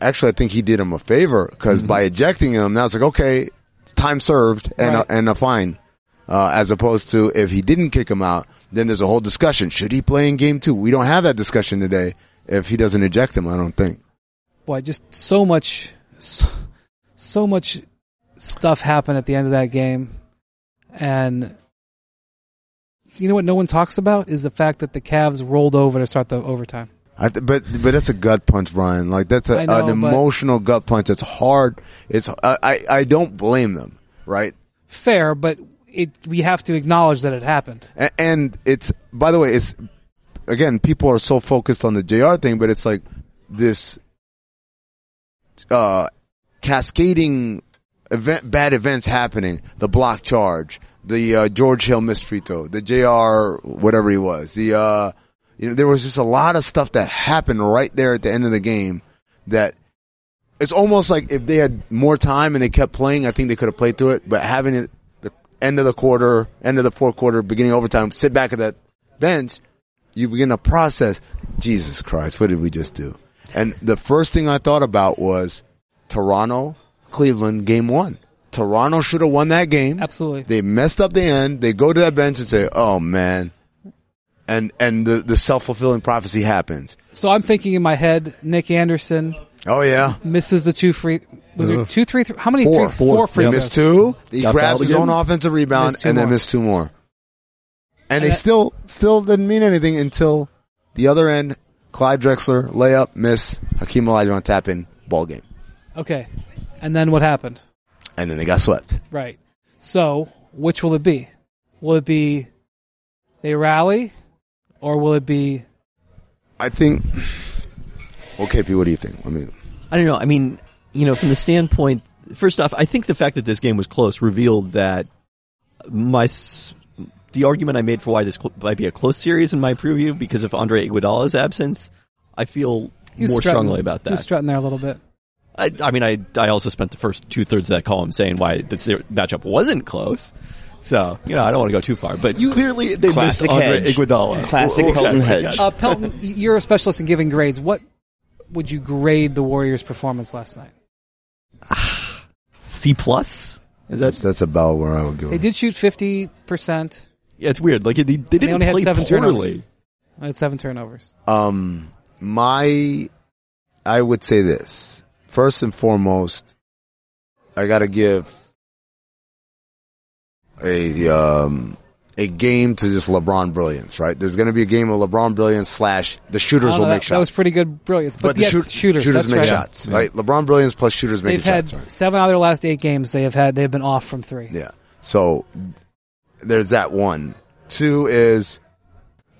[SPEAKER 3] "Actually, I think he did him a favor because
[SPEAKER 2] Mm-hmm.
[SPEAKER 3] by ejecting him, now it's like okay, it's time served and
[SPEAKER 2] Right.
[SPEAKER 3] a, and a fine." Uh, as opposed to if he didn't kick him out, then there's a whole discussion. Should he play in game two? We don't have that discussion today. If he doesn't eject him, I don't think.
[SPEAKER 2] boy, just so much, so, so much stuff happened at the end of that game, and you know what? No one talks about is the fact that the Cavs rolled over to start the overtime.
[SPEAKER 3] I th- but but that's a gut punch, Brian. Like that's a,
[SPEAKER 2] I know,
[SPEAKER 3] an
[SPEAKER 2] but-
[SPEAKER 3] emotional gut punch. It's hard. It's I, I I don't blame them, right?
[SPEAKER 2] Fair, but it we have to acknowledge that it happened.
[SPEAKER 3] And, and it's by the way, it's again people are so focused on the Jr. thing, but it's like this uh cascading event bad events happening. The block charge, the uh, George Hill missed free throw, the Jr. whatever he was, the uh you know there was just a lot of stuff that happened right there at the end of the game that it's almost like if they had more time and they kept playing, I think they could have played through it. But having it the end of the quarter, end of the fourth quarter, beginning of overtime, sit back at that bench, you begin to process. Jesus Christ, what did we just do? And the first thing I thought about was Toronto, Cleveland, game one. Toronto should have won that game.
[SPEAKER 2] Absolutely.
[SPEAKER 3] They messed up the end. They go to that bench and say, "Oh man," and and the the self fulfilling prophecy happens.
[SPEAKER 2] So I'm thinking in my head, Nick Anderson
[SPEAKER 3] Oh yeah,
[SPEAKER 2] misses the two free. Was it two, three, three? How many?
[SPEAKER 3] Four.
[SPEAKER 2] Three, four free
[SPEAKER 3] He
[SPEAKER 2] throws.
[SPEAKER 3] missed two. He
[SPEAKER 5] Got
[SPEAKER 3] grabs
[SPEAKER 5] fouled
[SPEAKER 3] his
[SPEAKER 5] again.
[SPEAKER 3] own offensive rebound
[SPEAKER 2] Missed two
[SPEAKER 3] and then
[SPEAKER 2] more.
[SPEAKER 3] missed two more. And, they
[SPEAKER 2] that-
[SPEAKER 3] still still didn't mean anything until the other end. Clyde Drexler layup miss. Hakeem Olajuwon tap in ball game,
[SPEAKER 2] Okay, and then what happened?
[SPEAKER 3] and then they got swept.
[SPEAKER 2] Right. So, which will it be? Will it be they rally, or will it be
[SPEAKER 3] I think. Well, KP, what do you think? Let me.
[SPEAKER 5] I don't know. I mean, you know, from the standpoint, first off, I think the fact that this game was close revealed that my s- the argument I made for why this cl- might be a close series in my preview because of Andre Iguodala's absence, I feel
[SPEAKER 2] he was
[SPEAKER 5] more
[SPEAKER 2] strutting-
[SPEAKER 5] strongly about
[SPEAKER 2] He was
[SPEAKER 5] that.
[SPEAKER 2] strutting there a little bit.
[SPEAKER 5] I, I mean, I I also spent the first two thirds of that column saying why this matchup wasn't close. So you know, I don't want to go too far, but clearly they
[SPEAKER 4] Classic
[SPEAKER 5] missed Andre
[SPEAKER 4] hedge.
[SPEAKER 5] Iguodala.
[SPEAKER 4] Classic Hilton hedge.
[SPEAKER 2] Uh, Pelton, y- you're a specialist in giving grades. What would you grade the Warriors' performance last night?
[SPEAKER 5] C plus. Is that
[SPEAKER 3] That's, that's about where I would go.
[SPEAKER 2] They did shoot fifty percent.
[SPEAKER 5] yeah? It's weird. Like they, they didn't
[SPEAKER 2] only had
[SPEAKER 5] play
[SPEAKER 2] seven
[SPEAKER 5] poorly.
[SPEAKER 2] I had seven turnovers.
[SPEAKER 3] Um, my, I would say this. First and foremost, I gotta give a, um, a game to just LeBron brilliance, right? There's gonna be a game of LeBron brilliance slash the shooters
[SPEAKER 2] Oh,
[SPEAKER 3] will
[SPEAKER 2] no,
[SPEAKER 3] make
[SPEAKER 2] that,
[SPEAKER 3] shots.
[SPEAKER 2] that was pretty good brilliance. But, yes,
[SPEAKER 3] the shoot-
[SPEAKER 2] shooters, that's
[SPEAKER 3] make
[SPEAKER 2] right.
[SPEAKER 3] shots,
[SPEAKER 5] Yeah.
[SPEAKER 3] right? LeBron brilliance plus shooters making
[SPEAKER 2] They've had
[SPEAKER 3] shots. right?
[SPEAKER 2] seven out of their last eight games. They have had they've been off from three.
[SPEAKER 3] Yeah. So there's that one. Two is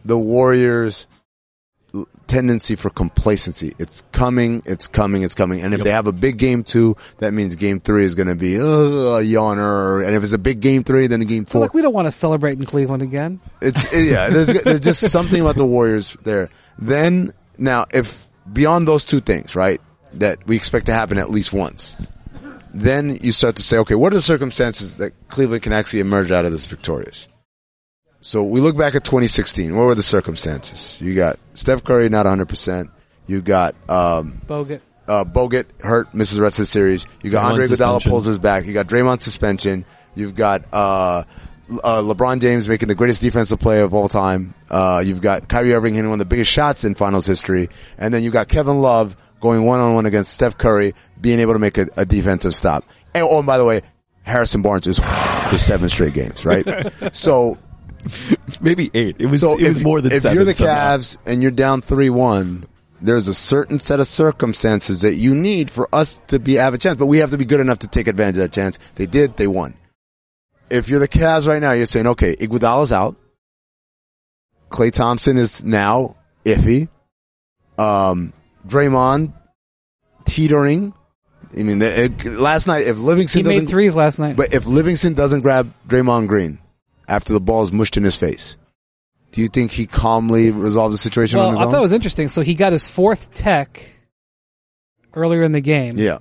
[SPEAKER 3] the Warriors' l- tendency for complacency. It's coming, it's coming, it's coming. And if they have a big game two, that means game three is going to be uh, a yawner. And if it's a big game three, then a game
[SPEAKER 2] But
[SPEAKER 3] four.
[SPEAKER 2] like we don't want to celebrate in Cleveland again.
[SPEAKER 3] It's yeah. There's there's just something about the Warriors there. Then now, if beyond those two things, right, that we expect to happen at least once, then you start to say, okay, what are the circumstances that Cleveland can actually emerge out of this victorious? So we look back at 2016. What were the circumstances? You got Steph Curry not 100. percent You got um,
[SPEAKER 2] Bogut.
[SPEAKER 3] uh, Bogut hurt, misses the rest of the series. You got
[SPEAKER 5] Draymond
[SPEAKER 3] Andre Iguodala
[SPEAKER 5] suspension.
[SPEAKER 3] pulls his back. You got Draymond suspension. You've got uh, L- uh, LeBron James making the greatest defensive play of all time. Uh, you've got Kyrie Irving hitting one of the biggest shots in Finals history, and then you got Kevin Love going one on one against Steph Curry, being able to make a, a defensive stop. And oh, and by the way, Harrison Barnes is for seven straight games, right? so
[SPEAKER 5] Maybe eight. It was
[SPEAKER 3] so
[SPEAKER 5] it was
[SPEAKER 3] if,
[SPEAKER 5] more than
[SPEAKER 3] if
[SPEAKER 5] seven.
[SPEAKER 3] you're the
[SPEAKER 5] somehow.
[SPEAKER 3] Cavs and you're down three one, there's a certain set of circumstances that you need for us to be have a chance. But we have to be good enough to take advantage of that chance. They did. They won. If you're the Cavs right now, you're saying, okay, Iguodala's out. Clay Thompson is now iffy. Um, Draymond teetering. I mean, the- it- last night if Livingston
[SPEAKER 2] He
[SPEAKER 3] doesn't
[SPEAKER 2] made threes last night.
[SPEAKER 3] but if Livingston doesn't grab Draymond Green after the ball is mushed in his face, do you think he calmly resolves the situation on
[SPEAKER 2] well,
[SPEAKER 3] his
[SPEAKER 2] I
[SPEAKER 3] own?
[SPEAKER 2] thought it was interesting. So he got his fourth tech earlier in the game.
[SPEAKER 3] yeah.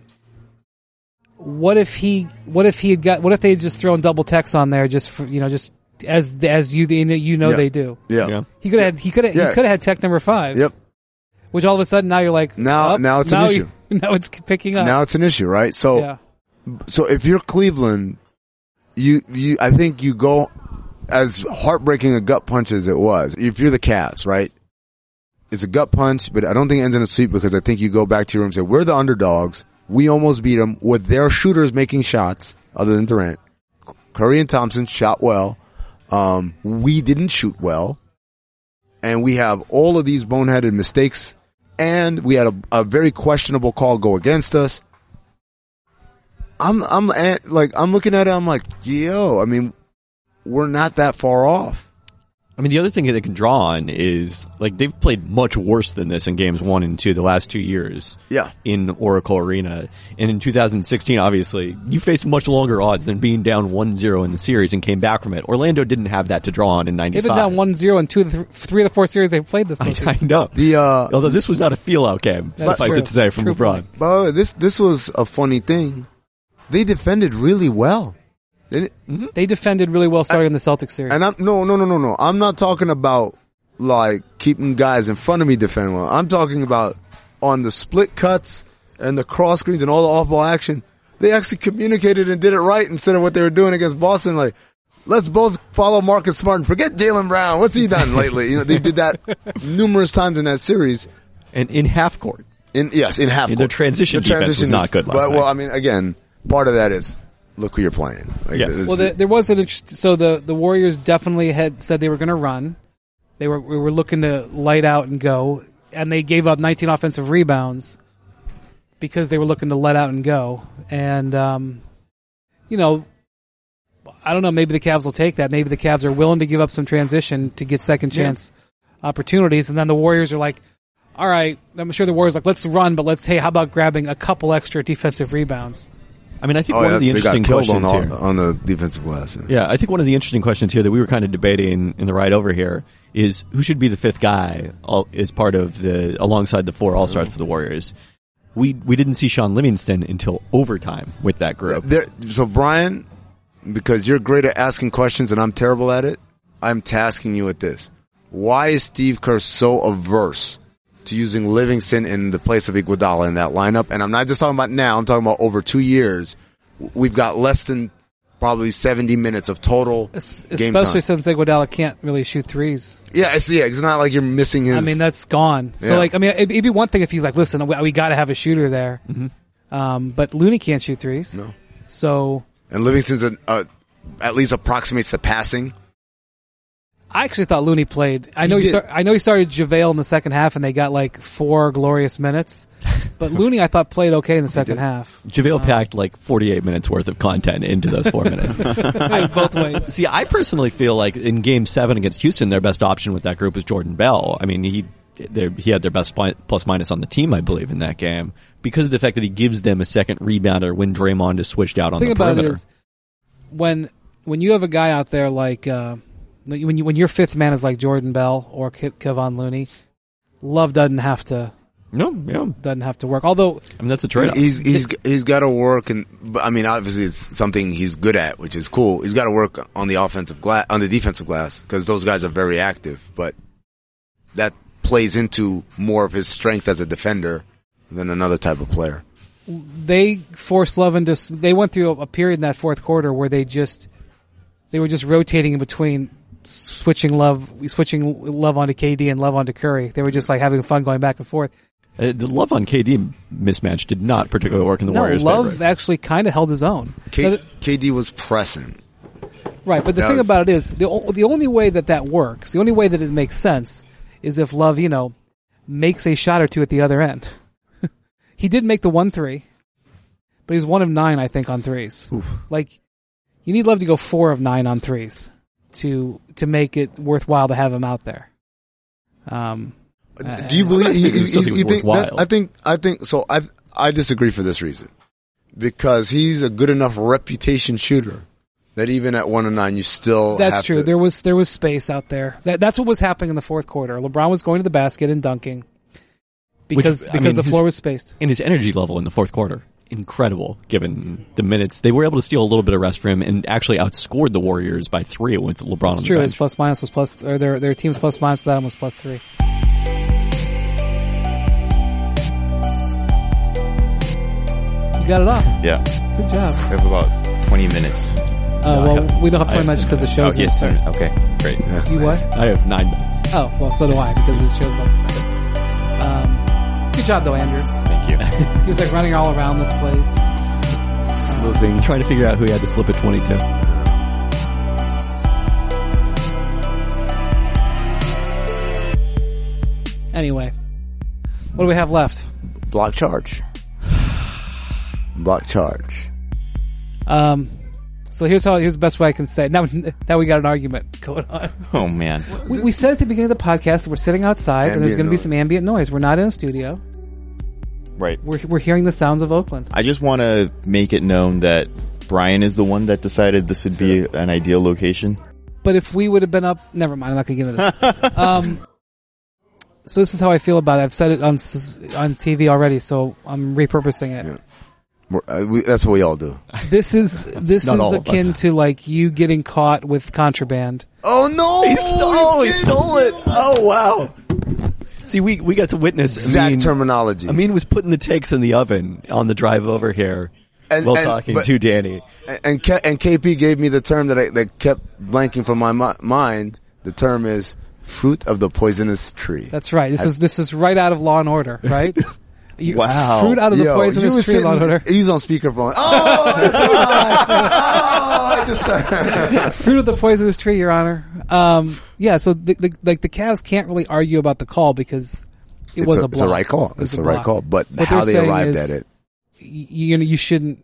[SPEAKER 2] What if he? What if he had got? What if they had just thrown double techs on there? Just for, you know, just as as you you know
[SPEAKER 3] Yeah.
[SPEAKER 2] they do.
[SPEAKER 3] Yeah.
[SPEAKER 5] Yeah.
[SPEAKER 2] He could have. He could have.
[SPEAKER 3] Yeah.
[SPEAKER 2] He could have had tech number five.
[SPEAKER 3] Yep.
[SPEAKER 2] Which all of a sudden now you're like
[SPEAKER 3] Now-
[SPEAKER 2] oh,
[SPEAKER 3] now it's an
[SPEAKER 2] now
[SPEAKER 3] issue.
[SPEAKER 2] you- now it's picking up.
[SPEAKER 3] Now oh. it's an issue, right? So,
[SPEAKER 2] yeah.
[SPEAKER 3] so if you're Cleveland, you, you, I think you go as heartbreaking a gut punch as it was. If you're the Cavs, right? It's a gut punch, but I don't think it ends in a sweep because I think you go back to your room and say, we're the underdogs. We almost beat them with their shooters making shots other than Durant. Curry and Thompson shot well. Um, we didn't shoot well. And we have all of these boneheaded mistakes. And we had a, a very questionable call go against us. I'm, I'm at, like, I'm looking at it. I'm like, yo, I mean, we're not that far off.
[SPEAKER 5] I mean, the other thing that they can draw on is like they've played much worse than this in games one and two the last two years.
[SPEAKER 3] Yeah.
[SPEAKER 5] in Oracle Arena. And in 2016, obviously, you faced much longer odds than being down 1-0 in the series and came back from it. Orlando didn't have that to draw on in 95.
[SPEAKER 2] They've been down 1-0 in two of the th- three of the four series they've played this
[SPEAKER 5] I,
[SPEAKER 2] postseason.
[SPEAKER 5] I know.
[SPEAKER 3] The, uh,
[SPEAKER 5] Although this was not a feel-out game,
[SPEAKER 2] That's
[SPEAKER 5] suffice
[SPEAKER 2] true.
[SPEAKER 5] it to say, from
[SPEAKER 2] True
[SPEAKER 5] LeBron.
[SPEAKER 2] point.
[SPEAKER 3] By the way, this this was a funny thing. They defended really well. They didn't-
[SPEAKER 2] They defended really well starting in the Celtics series.
[SPEAKER 3] And I'm no no no no no. I'm not talking about like keeping guys in front of me defending well. I'm talking about on the split cuts and the cross screens and all the off ball action. They actually communicated and did it right instead of what they were doing against Boston. Like, let's both follow Marcus Smart and forget Jalen Brown. What's he done lately? You know, they did that numerous times in that series.
[SPEAKER 5] And in half court.
[SPEAKER 3] In yes, in half.
[SPEAKER 5] Yeah,
[SPEAKER 3] court.
[SPEAKER 5] their transition defense was not good last
[SPEAKER 3] but well,
[SPEAKER 5] night.
[SPEAKER 3] I mean, again, part of that is look who you're playing. Like,
[SPEAKER 5] Yes.
[SPEAKER 3] this- oh,
[SPEAKER 2] Well, there, there was an interest, so the the Warriors definitely had said they were going to run. They were we were looking to light out and go, and they gave up 19 offensive rebounds because they were looking to let out and go. And um, you know, I don't know. Maybe the Cavs will take that. Maybe the Cavs are willing to give up some transition to get second chance opportunities, and then the Warriors are like. All right, I'm sure the Warriors are like let's run, but let's hey, how about grabbing a couple extra defensive rebounds?
[SPEAKER 5] I mean, I think
[SPEAKER 3] Oh,
[SPEAKER 5] one
[SPEAKER 3] yeah,
[SPEAKER 5] of the
[SPEAKER 3] they got
[SPEAKER 5] interesting
[SPEAKER 3] killed on
[SPEAKER 5] questions here.
[SPEAKER 3] the, on the defensive glass.
[SPEAKER 5] Yeah, I think one of the interesting questions here that we were kind of debating in the ride over here is who should be the fifth guy all, as part of the alongside the four All Stars for the Warriors. We we didn't see Sean Livingston until overtime with that group.
[SPEAKER 3] There, so Brian, because you're great at asking questions and I'm terrible at it, I'm tasking you with this. Why is Steve Kerr so averse to using Livingston in the place of Iguodala in that lineup? And I'm not just talking about now. I'm talking about over two years. we've got less than probably 70 minutes of total
[SPEAKER 2] Es-
[SPEAKER 3] game
[SPEAKER 2] Especially
[SPEAKER 3] time.
[SPEAKER 2] since Iguodala can't really shoot threes.
[SPEAKER 3] Yeah, it's, yeah, it's not like you're missing his.
[SPEAKER 2] I mean, that's gone. So
[SPEAKER 3] Yeah.
[SPEAKER 2] like, I mean, it'd, it'd be one thing if he's like, listen, we, we got to have a shooter there. Um, but Looney can't shoot threes.
[SPEAKER 3] Mm-hmm. No.
[SPEAKER 2] So
[SPEAKER 3] and Livingston's a, a, at least approximates the passing.
[SPEAKER 2] I actually thought Looney played. I
[SPEAKER 3] He
[SPEAKER 2] know he,
[SPEAKER 3] did.
[SPEAKER 2] start, I know he started JaVale in the second half and they got like four glorious minutes. But Looney, I thought played okay in the second half.
[SPEAKER 5] JaVale packed like 48 minutes worth of content into those four minutes.
[SPEAKER 2] both ways.
[SPEAKER 5] See, I personally feel like in Game Seven against Houston, their best option with that group was Jordan Bell. I mean, he they- he had their best pli- plus minus on the team, I believe, in that game because of the fact that he gives them a second rebounder when Draymond is switched out on
[SPEAKER 2] thing
[SPEAKER 5] the
[SPEAKER 2] about
[SPEAKER 5] perimeter.
[SPEAKER 2] it is when when you have a guy out there like uh, when you, when your fifth man is like Jordan Bell or Ke- Kevon Looney, Love doesn't have to
[SPEAKER 5] no, yeah, I mean
[SPEAKER 2] doesn't have to work. Although
[SPEAKER 5] that's the trade.
[SPEAKER 3] He's he's he's got to work, and but, I mean, obviously, it's something he's good at, which is cool. He's got to work on the offensive glass, on the defensive glass, because those guys are very active. But that plays into more of his strength as a defender than another type of player.
[SPEAKER 2] they forced Love into s- they went through a, a period in that fourth quarter where they just they were just rotating in between s- switching Love switching Love onto KD and Love onto Curry. They were just like having fun going back and forth.
[SPEAKER 5] Uh, the love on KD mismatch did not particularly work in the
[SPEAKER 2] No,
[SPEAKER 5] Warriors.
[SPEAKER 2] Love
[SPEAKER 5] favor.
[SPEAKER 2] actually kind of held his own.
[SPEAKER 3] K-
[SPEAKER 2] But-
[SPEAKER 3] KD was pressing.
[SPEAKER 2] Right, but the
[SPEAKER 3] That
[SPEAKER 2] thing
[SPEAKER 3] was-
[SPEAKER 2] about it is the o- the only way that that works, the only way that it makes sense, is if Love, you know, makes a shot or two at the other end. he did make the one three, but he was one of nine, I think, on threes. Like, you need Love to go four of nine on threes to to make it worthwhile to have him out there. Um, Uh,
[SPEAKER 3] Do you believe?
[SPEAKER 5] I
[SPEAKER 3] He,
[SPEAKER 5] think it's
[SPEAKER 3] he's-
[SPEAKER 5] something
[SPEAKER 3] you think?
[SPEAKER 5] worthwhile.
[SPEAKER 3] that's- I think. I think. So I I disagree for this reason, because he's a good enough reputation shooter that even at one and nine, you still
[SPEAKER 2] that's
[SPEAKER 3] have
[SPEAKER 2] true.
[SPEAKER 3] to-
[SPEAKER 2] There was there was space out there. That that's what was happening in the fourth quarter. LeBron was going to the basket and dunking because
[SPEAKER 5] I
[SPEAKER 2] because
[SPEAKER 5] mean,
[SPEAKER 2] the
[SPEAKER 5] his-
[SPEAKER 2] floor was spaced.
[SPEAKER 5] and his energy level in the fourth quarter incredible given the minutes they were able to steal a little bit of rest for him and actually outscored the Warriors by three with LeBron.
[SPEAKER 2] It's
[SPEAKER 5] on
[SPEAKER 2] true.
[SPEAKER 5] The
[SPEAKER 2] His
[SPEAKER 5] bench.
[SPEAKER 2] plus minus was plus, or their their team's plus minus to that one was plus three. You got it off.
[SPEAKER 4] Yeah,
[SPEAKER 2] Good job.
[SPEAKER 4] we have about 20
[SPEAKER 3] Oh,
[SPEAKER 4] minutes.
[SPEAKER 2] Uh,
[SPEAKER 5] I
[SPEAKER 2] well,
[SPEAKER 5] have-
[SPEAKER 2] we don't have time
[SPEAKER 4] I-
[SPEAKER 2] much because the
[SPEAKER 4] Oh,
[SPEAKER 2] show's
[SPEAKER 4] yes.
[SPEAKER 2] going to start.
[SPEAKER 4] Okay, great.
[SPEAKER 2] You what?
[SPEAKER 5] I have nine minutes.
[SPEAKER 2] Oh, well, so do I because the show's about to start. Um, good job though, Andrew.
[SPEAKER 4] Thank you.
[SPEAKER 2] He was like running all around this place.
[SPEAKER 3] Little thing.
[SPEAKER 5] trying to figure out who had to slip at 22.
[SPEAKER 2] Anyway, what do we have left?
[SPEAKER 3] Block charge. Block charge.
[SPEAKER 2] Um, so here's how here's the best way I can say. It. Now now we got an argument going on.
[SPEAKER 4] Oh man.
[SPEAKER 2] We, we said at the beginning of the podcast that we're sitting outside and there's
[SPEAKER 3] Ambient
[SPEAKER 2] going to be
[SPEAKER 3] noise.
[SPEAKER 2] some ambient noise. We're not in a studio.
[SPEAKER 4] Right.
[SPEAKER 2] We're, we're hearing the sounds of Oakland.
[SPEAKER 4] I just want to make it known that Brian is the one that decided this would be an ideal location.
[SPEAKER 2] But if we would have been up, never mind. I'm not going to get into this. um, so this is how I feel about it. I've said it on s- on TV already, so I'm repurposing it.
[SPEAKER 3] We're- uh, we- that's what we all do.
[SPEAKER 2] This is this
[SPEAKER 5] Not
[SPEAKER 2] is
[SPEAKER 5] all of
[SPEAKER 2] akin
[SPEAKER 5] us.
[SPEAKER 2] to like you getting caught with contraband.
[SPEAKER 3] Oh no! He
[SPEAKER 5] he stole it. Oh, wow. See, we, we got to witness
[SPEAKER 3] Exact
[SPEAKER 5] Amin.
[SPEAKER 3] terminology.
[SPEAKER 5] Amin was putting the takes in the oven on the drive over here
[SPEAKER 3] And-
[SPEAKER 5] while
[SPEAKER 3] and-
[SPEAKER 5] talking
[SPEAKER 3] but- E
[SPEAKER 5] to Danny.
[SPEAKER 3] and and, K- and KP gave me the term that I that kept blanking from my mi- mind. The term is fruit of the poisonous tree.
[SPEAKER 2] That's right. This is this is right out of Law and Order, right? You-
[SPEAKER 4] Wow.
[SPEAKER 2] Fruit out of the
[SPEAKER 3] Yo, you
[SPEAKER 2] poisonous
[SPEAKER 3] was
[SPEAKER 2] tree, Law and
[SPEAKER 3] sitting-
[SPEAKER 2] Order.
[SPEAKER 3] He's on speakerphone. Oh, that's right. oh, I just
[SPEAKER 2] Fruit of the poisonous tree, Your Honor. Um, yeah, so the, the, like the Cavs can't really argue about the call because it
[SPEAKER 3] It's
[SPEAKER 2] was
[SPEAKER 3] a-
[SPEAKER 2] a
[SPEAKER 3] it's
[SPEAKER 2] block.
[SPEAKER 3] a right call.
[SPEAKER 2] It was
[SPEAKER 3] It's
[SPEAKER 2] a
[SPEAKER 3] a right
[SPEAKER 2] block.
[SPEAKER 3] call, but
[SPEAKER 2] What
[SPEAKER 3] how
[SPEAKER 2] they're
[SPEAKER 3] they
[SPEAKER 2] saying
[SPEAKER 3] arrived
[SPEAKER 2] is
[SPEAKER 3] at it.
[SPEAKER 2] y- You know, you shouldn't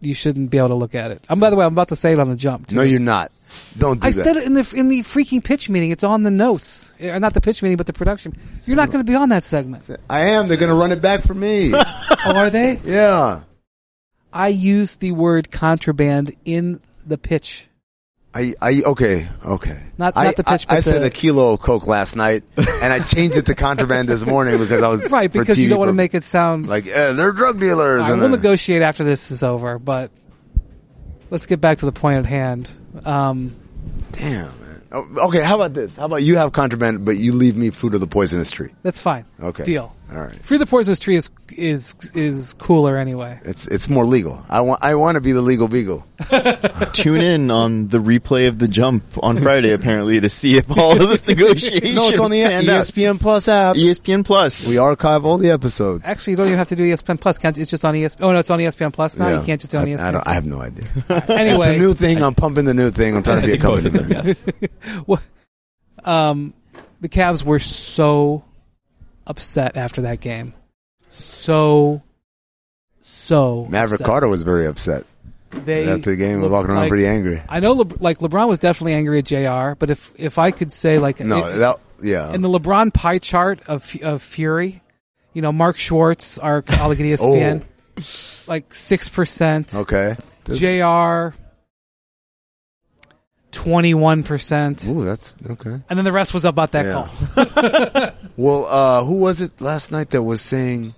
[SPEAKER 2] you shouldn't be able to look at it. I'm by the way, I'm about to say it on the jump. Too.
[SPEAKER 3] No, you're not. Don't do
[SPEAKER 2] I
[SPEAKER 3] that.
[SPEAKER 2] said it in the in the freaking pitch meeting. It's on the notes, Uh, not the pitch meeting, but the production. You're not going to be on that segment,
[SPEAKER 3] I am. They're going to run it back for me.
[SPEAKER 2] oh, are they?
[SPEAKER 3] yeah.
[SPEAKER 2] I used the word contraband in the pitch.
[SPEAKER 3] I, I okay okay.
[SPEAKER 2] Not-
[SPEAKER 3] I,
[SPEAKER 2] not the pitch,
[SPEAKER 3] I, I
[SPEAKER 2] but
[SPEAKER 3] said
[SPEAKER 2] the-
[SPEAKER 3] a kilo of coke last night, and I changed it to contraband this morning because I was
[SPEAKER 2] Right,
[SPEAKER 3] for
[SPEAKER 2] because you
[SPEAKER 3] TV
[SPEAKER 2] don't want to
[SPEAKER 3] pur-
[SPEAKER 2] make it sound
[SPEAKER 3] like eh, they're drug dealers.
[SPEAKER 2] All right,
[SPEAKER 3] and
[SPEAKER 2] we'll
[SPEAKER 3] uh,
[SPEAKER 2] negotiate after this is over, but let's get back to the point at hand. Um,
[SPEAKER 3] Damn. Man. Oh, okay, how about this? How about you have contraband, but you leave me fruit of the poisonous tree?
[SPEAKER 2] that's fine.
[SPEAKER 3] Okay.
[SPEAKER 2] Deal.
[SPEAKER 3] All right.
[SPEAKER 2] Free the Poisonous Tree is is is cooler anyway.
[SPEAKER 3] It's it's more legal. I want I want to be the legal beagle.
[SPEAKER 4] Tune in on the replay of the jump on Friday, apparently, to see if all of this E negotiation.
[SPEAKER 3] No, it's on E the
[SPEAKER 4] panned out.
[SPEAKER 3] ESPN Plus app.
[SPEAKER 4] ESPN Plus.
[SPEAKER 3] We archive all the episodes.
[SPEAKER 2] Actually, you don't even have to do E ESPN Plus. Can't- It's just on ESPN. Oh no, it's on ESPN Plus now.
[SPEAKER 3] Yeah.
[SPEAKER 2] You can't just do it on E
[SPEAKER 3] I-
[SPEAKER 2] ESPN.
[SPEAKER 3] I, don't, I have no idea. It's
[SPEAKER 2] anyway,
[SPEAKER 3] a new thing. I'm pumping the new thing. I'm trying to be a
[SPEAKER 5] both
[SPEAKER 3] company
[SPEAKER 5] of them.
[SPEAKER 3] man.
[SPEAKER 5] Yes.
[SPEAKER 2] What- um, the Cavs were so upset after that game. So, so
[SPEAKER 3] Maverick
[SPEAKER 2] upset.
[SPEAKER 3] Carter was very upset
[SPEAKER 2] They
[SPEAKER 3] after the game. Was
[SPEAKER 2] looked
[SPEAKER 3] walking around
[SPEAKER 2] like-
[SPEAKER 3] pretty angry.
[SPEAKER 2] I know, Lebr like LeBron was definitely angry at Jr. But if if I could say like
[SPEAKER 3] No,
[SPEAKER 2] it-
[SPEAKER 3] that yeah.
[SPEAKER 2] in the LeBron pie chart of of Fury, you know Mark Schwartz, our colleague at
[SPEAKER 3] Oh.
[SPEAKER 2] E ESPN, like six percent.
[SPEAKER 3] okay. This-
[SPEAKER 2] Jr. Twenty one percent,
[SPEAKER 3] Ooh, that's okay.
[SPEAKER 2] and then the rest was about that
[SPEAKER 3] Yeah.
[SPEAKER 2] call.
[SPEAKER 3] Well, uh, who was it last night that was saying?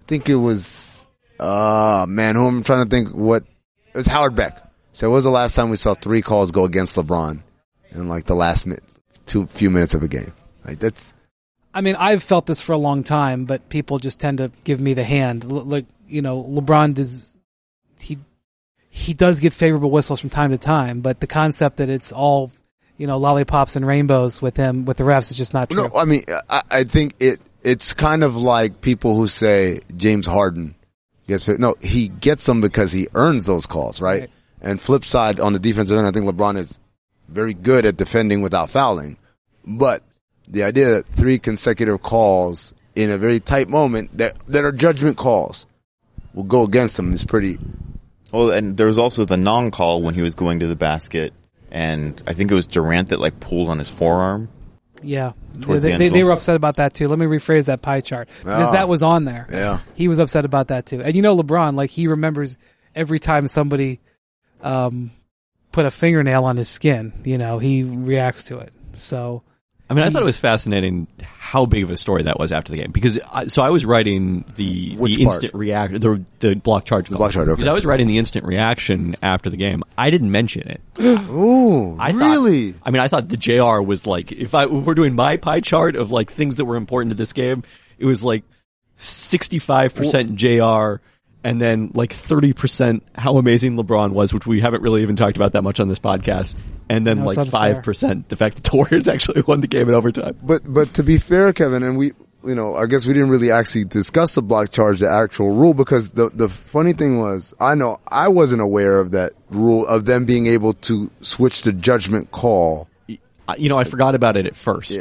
[SPEAKER 3] I think it was, uh, man, who I'm trying to think what, it was Howard Beck. So it was the last time we saw three calls go against LeBron in like the last mi- two, few minutes of a game. Like that's,
[SPEAKER 2] I mean, I've felt this for a long time, but people just tend to give me the hand. L- like you know, LeBron does he he does get favorable whistles from time to time, but the concept that it's all you know lollipops and rainbows with him with the refs is just not true.
[SPEAKER 3] no, I mean, I, I think it, it's kind of like people who say James Harden gets, fit- no, he gets them because he earns those calls, right?
[SPEAKER 2] Right.
[SPEAKER 3] And flip side on the defensive end, I think LeBron is very good at defending without fouling. But the idea that three consecutive calls in a very tight moment that, that are judgment calls will go against him is pretty,
[SPEAKER 4] Well, and there was also the non-call when he was going to the basket, and I think it was Durant that like pulled on his forearm.
[SPEAKER 2] Yeah, they,
[SPEAKER 4] Towards the
[SPEAKER 2] they,
[SPEAKER 4] end
[SPEAKER 2] they,
[SPEAKER 4] of
[SPEAKER 2] they
[SPEAKER 4] it.
[SPEAKER 2] were upset about that too. Let me rephrase that pie chart because
[SPEAKER 3] Ah.
[SPEAKER 2] that was on there.
[SPEAKER 3] yeah.
[SPEAKER 2] He was upset about that too, and you know LeBron, like he remembers every time somebody um, put a fingernail on his skin. You know, he reacts to it. So
[SPEAKER 5] I mean, I thought it was fascinating how big of a story that was after the game because I, so I was writing the
[SPEAKER 3] Which
[SPEAKER 5] the
[SPEAKER 3] part?
[SPEAKER 5] instant reaction, the the block charge, call.
[SPEAKER 3] block charge, okay.
[SPEAKER 5] Because I was writing the instant reaction after the game. I didn't mention it.
[SPEAKER 3] Ooh,
[SPEAKER 5] I thought-
[SPEAKER 3] really?
[SPEAKER 5] I mean, I thought the JR was like, if I if we're doing my pie chart of like things that were important to this game, it was like sixty five percent JR. And then like 30% how amazing LeBron was, which we haven't really even talked about that much on this podcast. And then
[SPEAKER 2] No, it's
[SPEAKER 5] like
[SPEAKER 2] unfair.
[SPEAKER 5] 5% the fact that the Warriors actually won the game in overtime.
[SPEAKER 3] But but to be fair, Kevin, and we you know, I guess we didn't really actually discuss the block charge, the actual rule, because the the funny thing was, I know I wasn't aware of that rule of them being able to switch the judgment call.
[SPEAKER 5] I- you know, I forgot about it at first.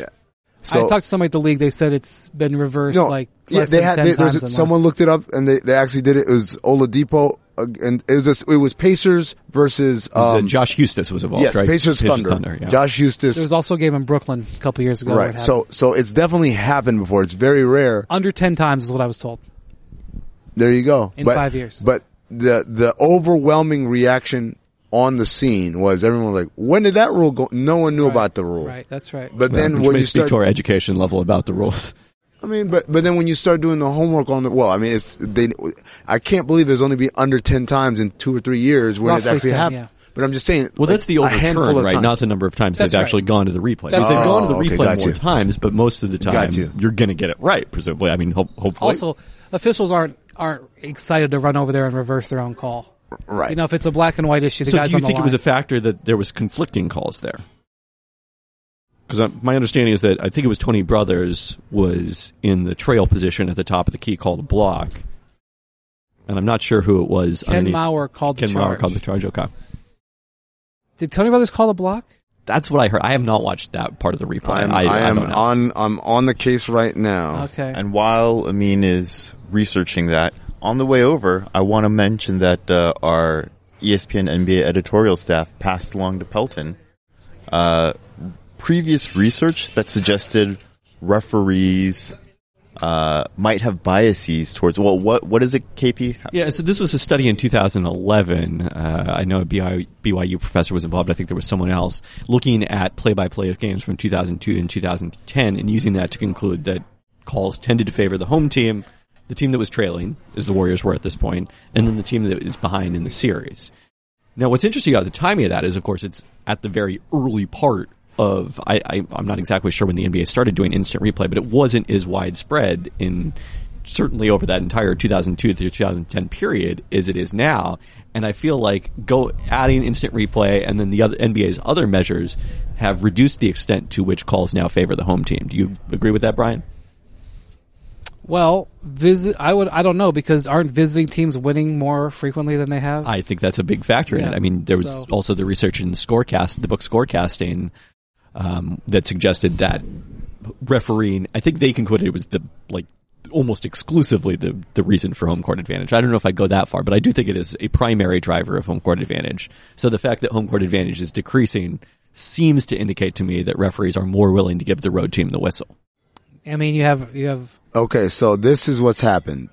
[SPEAKER 3] So
[SPEAKER 2] I talked to somebody at the league. They said it's been reversed like
[SPEAKER 3] yeah,
[SPEAKER 2] less than ten
[SPEAKER 3] they- there's-
[SPEAKER 2] times. and
[SPEAKER 3] someone
[SPEAKER 2] less.
[SPEAKER 3] looked it up and they, they actually did it. It was Oladipo uh, and it was this- it was Pacers versus
[SPEAKER 5] So
[SPEAKER 3] um,
[SPEAKER 5] Josh Hustis was involved,
[SPEAKER 3] yes,
[SPEAKER 5] right?
[SPEAKER 3] Pacers, Thunder.
[SPEAKER 5] yeah.
[SPEAKER 3] Josh Hustis.
[SPEAKER 2] There was also a game in Brooklyn a couple years ago. where it
[SPEAKER 3] right. So so it's definitely happened before. It's very rare.
[SPEAKER 2] happened. under ten times is what I was told.
[SPEAKER 3] There you go.
[SPEAKER 2] In five years.
[SPEAKER 3] But the the overwhelming reaction on the scene was everyone was like, "When did that rule go?" No one knew about the rule.
[SPEAKER 2] Right, that's right.
[SPEAKER 3] But
[SPEAKER 5] Yeah,
[SPEAKER 3] then
[SPEAKER 5] which
[SPEAKER 3] when
[SPEAKER 5] may
[SPEAKER 3] you
[SPEAKER 5] speak
[SPEAKER 3] start,
[SPEAKER 5] to our education level about the rules.
[SPEAKER 3] I mean, but but then when you start doing the homework on the well, I mean, it's they. I can't believe there's only been under ten times in two or three years when it's
[SPEAKER 2] Roughly
[SPEAKER 3] actually
[SPEAKER 2] 10,
[SPEAKER 3] happened. But I'm just saying.
[SPEAKER 5] Well,
[SPEAKER 3] like,
[SPEAKER 5] that's the
[SPEAKER 3] a handful
[SPEAKER 5] overturn,
[SPEAKER 3] of
[SPEAKER 5] right?
[SPEAKER 3] times.
[SPEAKER 5] Not the number of times
[SPEAKER 2] That's
[SPEAKER 5] they've
[SPEAKER 2] right.
[SPEAKER 5] actually gone to the replay.
[SPEAKER 2] That's
[SPEAKER 5] Because they've
[SPEAKER 2] right.
[SPEAKER 5] gone to the
[SPEAKER 3] Oh, okay,
[SPEAKER 5] replay
[SPEAKER 3] got
[SPEAKER 5] more
[SPEAKER 3] you.
[SPEAKER 5] times, but most of the time
[SPEAKER 3] you.
[SPEAKER 5] are going to get it right, presumably. I mean, ho- hopefully.
[SPEAKER 2] Also, officials aren't aren't excited to run over there and reverse their own call.
[SPEAKER 3] right.
[SPEAKER 2] You know, if it's a black and white issue, the
[SPEAKER 5] so
[SPEAKER 2] guys
[SPEAKER 5] do you
[SPEAKER 2] on the
[SPEAKER 5] think it
[SPEAKER 2] line.
[SPEAKER 5] was a factor that there was conflicting calls there? Because my understanding is that I think it was Tony Brothers was in the trail position at the top of the key called a block, and I'm not sure who it was.
[SPEAKER 2] Ken
[SPEAKER 5] underneath-
[SPEAKER 2] Mauer called the
[SPEAKER 5] Ken
[SPEAKER 2] charge.
[SPEAKER 5] Maurer called the charge. Okay.
[SPEAKER 2] Did Tony Brothers call the block?
[SPEAKER 5] That's what I heard. I have not watched that part of the replay.
[SPEAKER 3] I'm,
[SPEAKER 5] I,
[SPEAKER 3] I
[SPEAKER 5] I
[SPEAKER 3] am
[SPEAKER 5] don't know.
[SPEAKER 3] on. I'm on the case right
[SPEAKER 5] Oh,
[SPEAKER 3] now.
[SPEAKER 2] Okay.
[SPEAKER 4] And while Amin is researching that, on the way over, I want to mention that uh, our ESPN NBA editorial staff passed along to Pelton uh, previous research that suggested referees uh, might have biases towards well, what what is it, KP?
[SPEAKER 5] Yeah, so this was a study in 2011. Uh, I know a BI BYU professor was involved. I think there was someone else looking at play-by-play of games from 2002 and 2010 and using that to conclude that calls tended to favor the home team, the team that was trailing, as the Warriors were at this point, and then the team that is behind in the series. Now, what's interesting about the timing of that is, of course, it's at the very early part of I, I I'm not exactly sure when the NBA started doing instant replay, but it wasn't as widespread in certainly over that entire 2002 through 2010 period as it is now. And I feel like go adding instant replay and then the other NBA's other measures have reduced the extent to which calls now favor the home team. Do you agree with that, Brian?
[SPEAKER 2] Well, visit. I would. I don't know because aren't visiting teams winning more frequently than they have?
[SPEAKER 5] I think that's a big factor in
[SPEAKER 2] Yeah.
[SPEAKER 5] it. I mean, there was
[SPEAKER 2] So-
[SPEAKER 5] also the research in Scorecast, the book Scorecasting, um, that suggested that refereeing. I think they concluded it was the like almost exclusively the the reason for home court advantage. I don't know if I go that far, but I do think it is a primary driver of home court advantage. So the fact that home court advantage is decreasing seems to indicate to me that referees are more willing to give the road team the whistle.
[SPEAKER 2] I mean, you have you have
[SPEAKER 3] Okay, so this is what's happened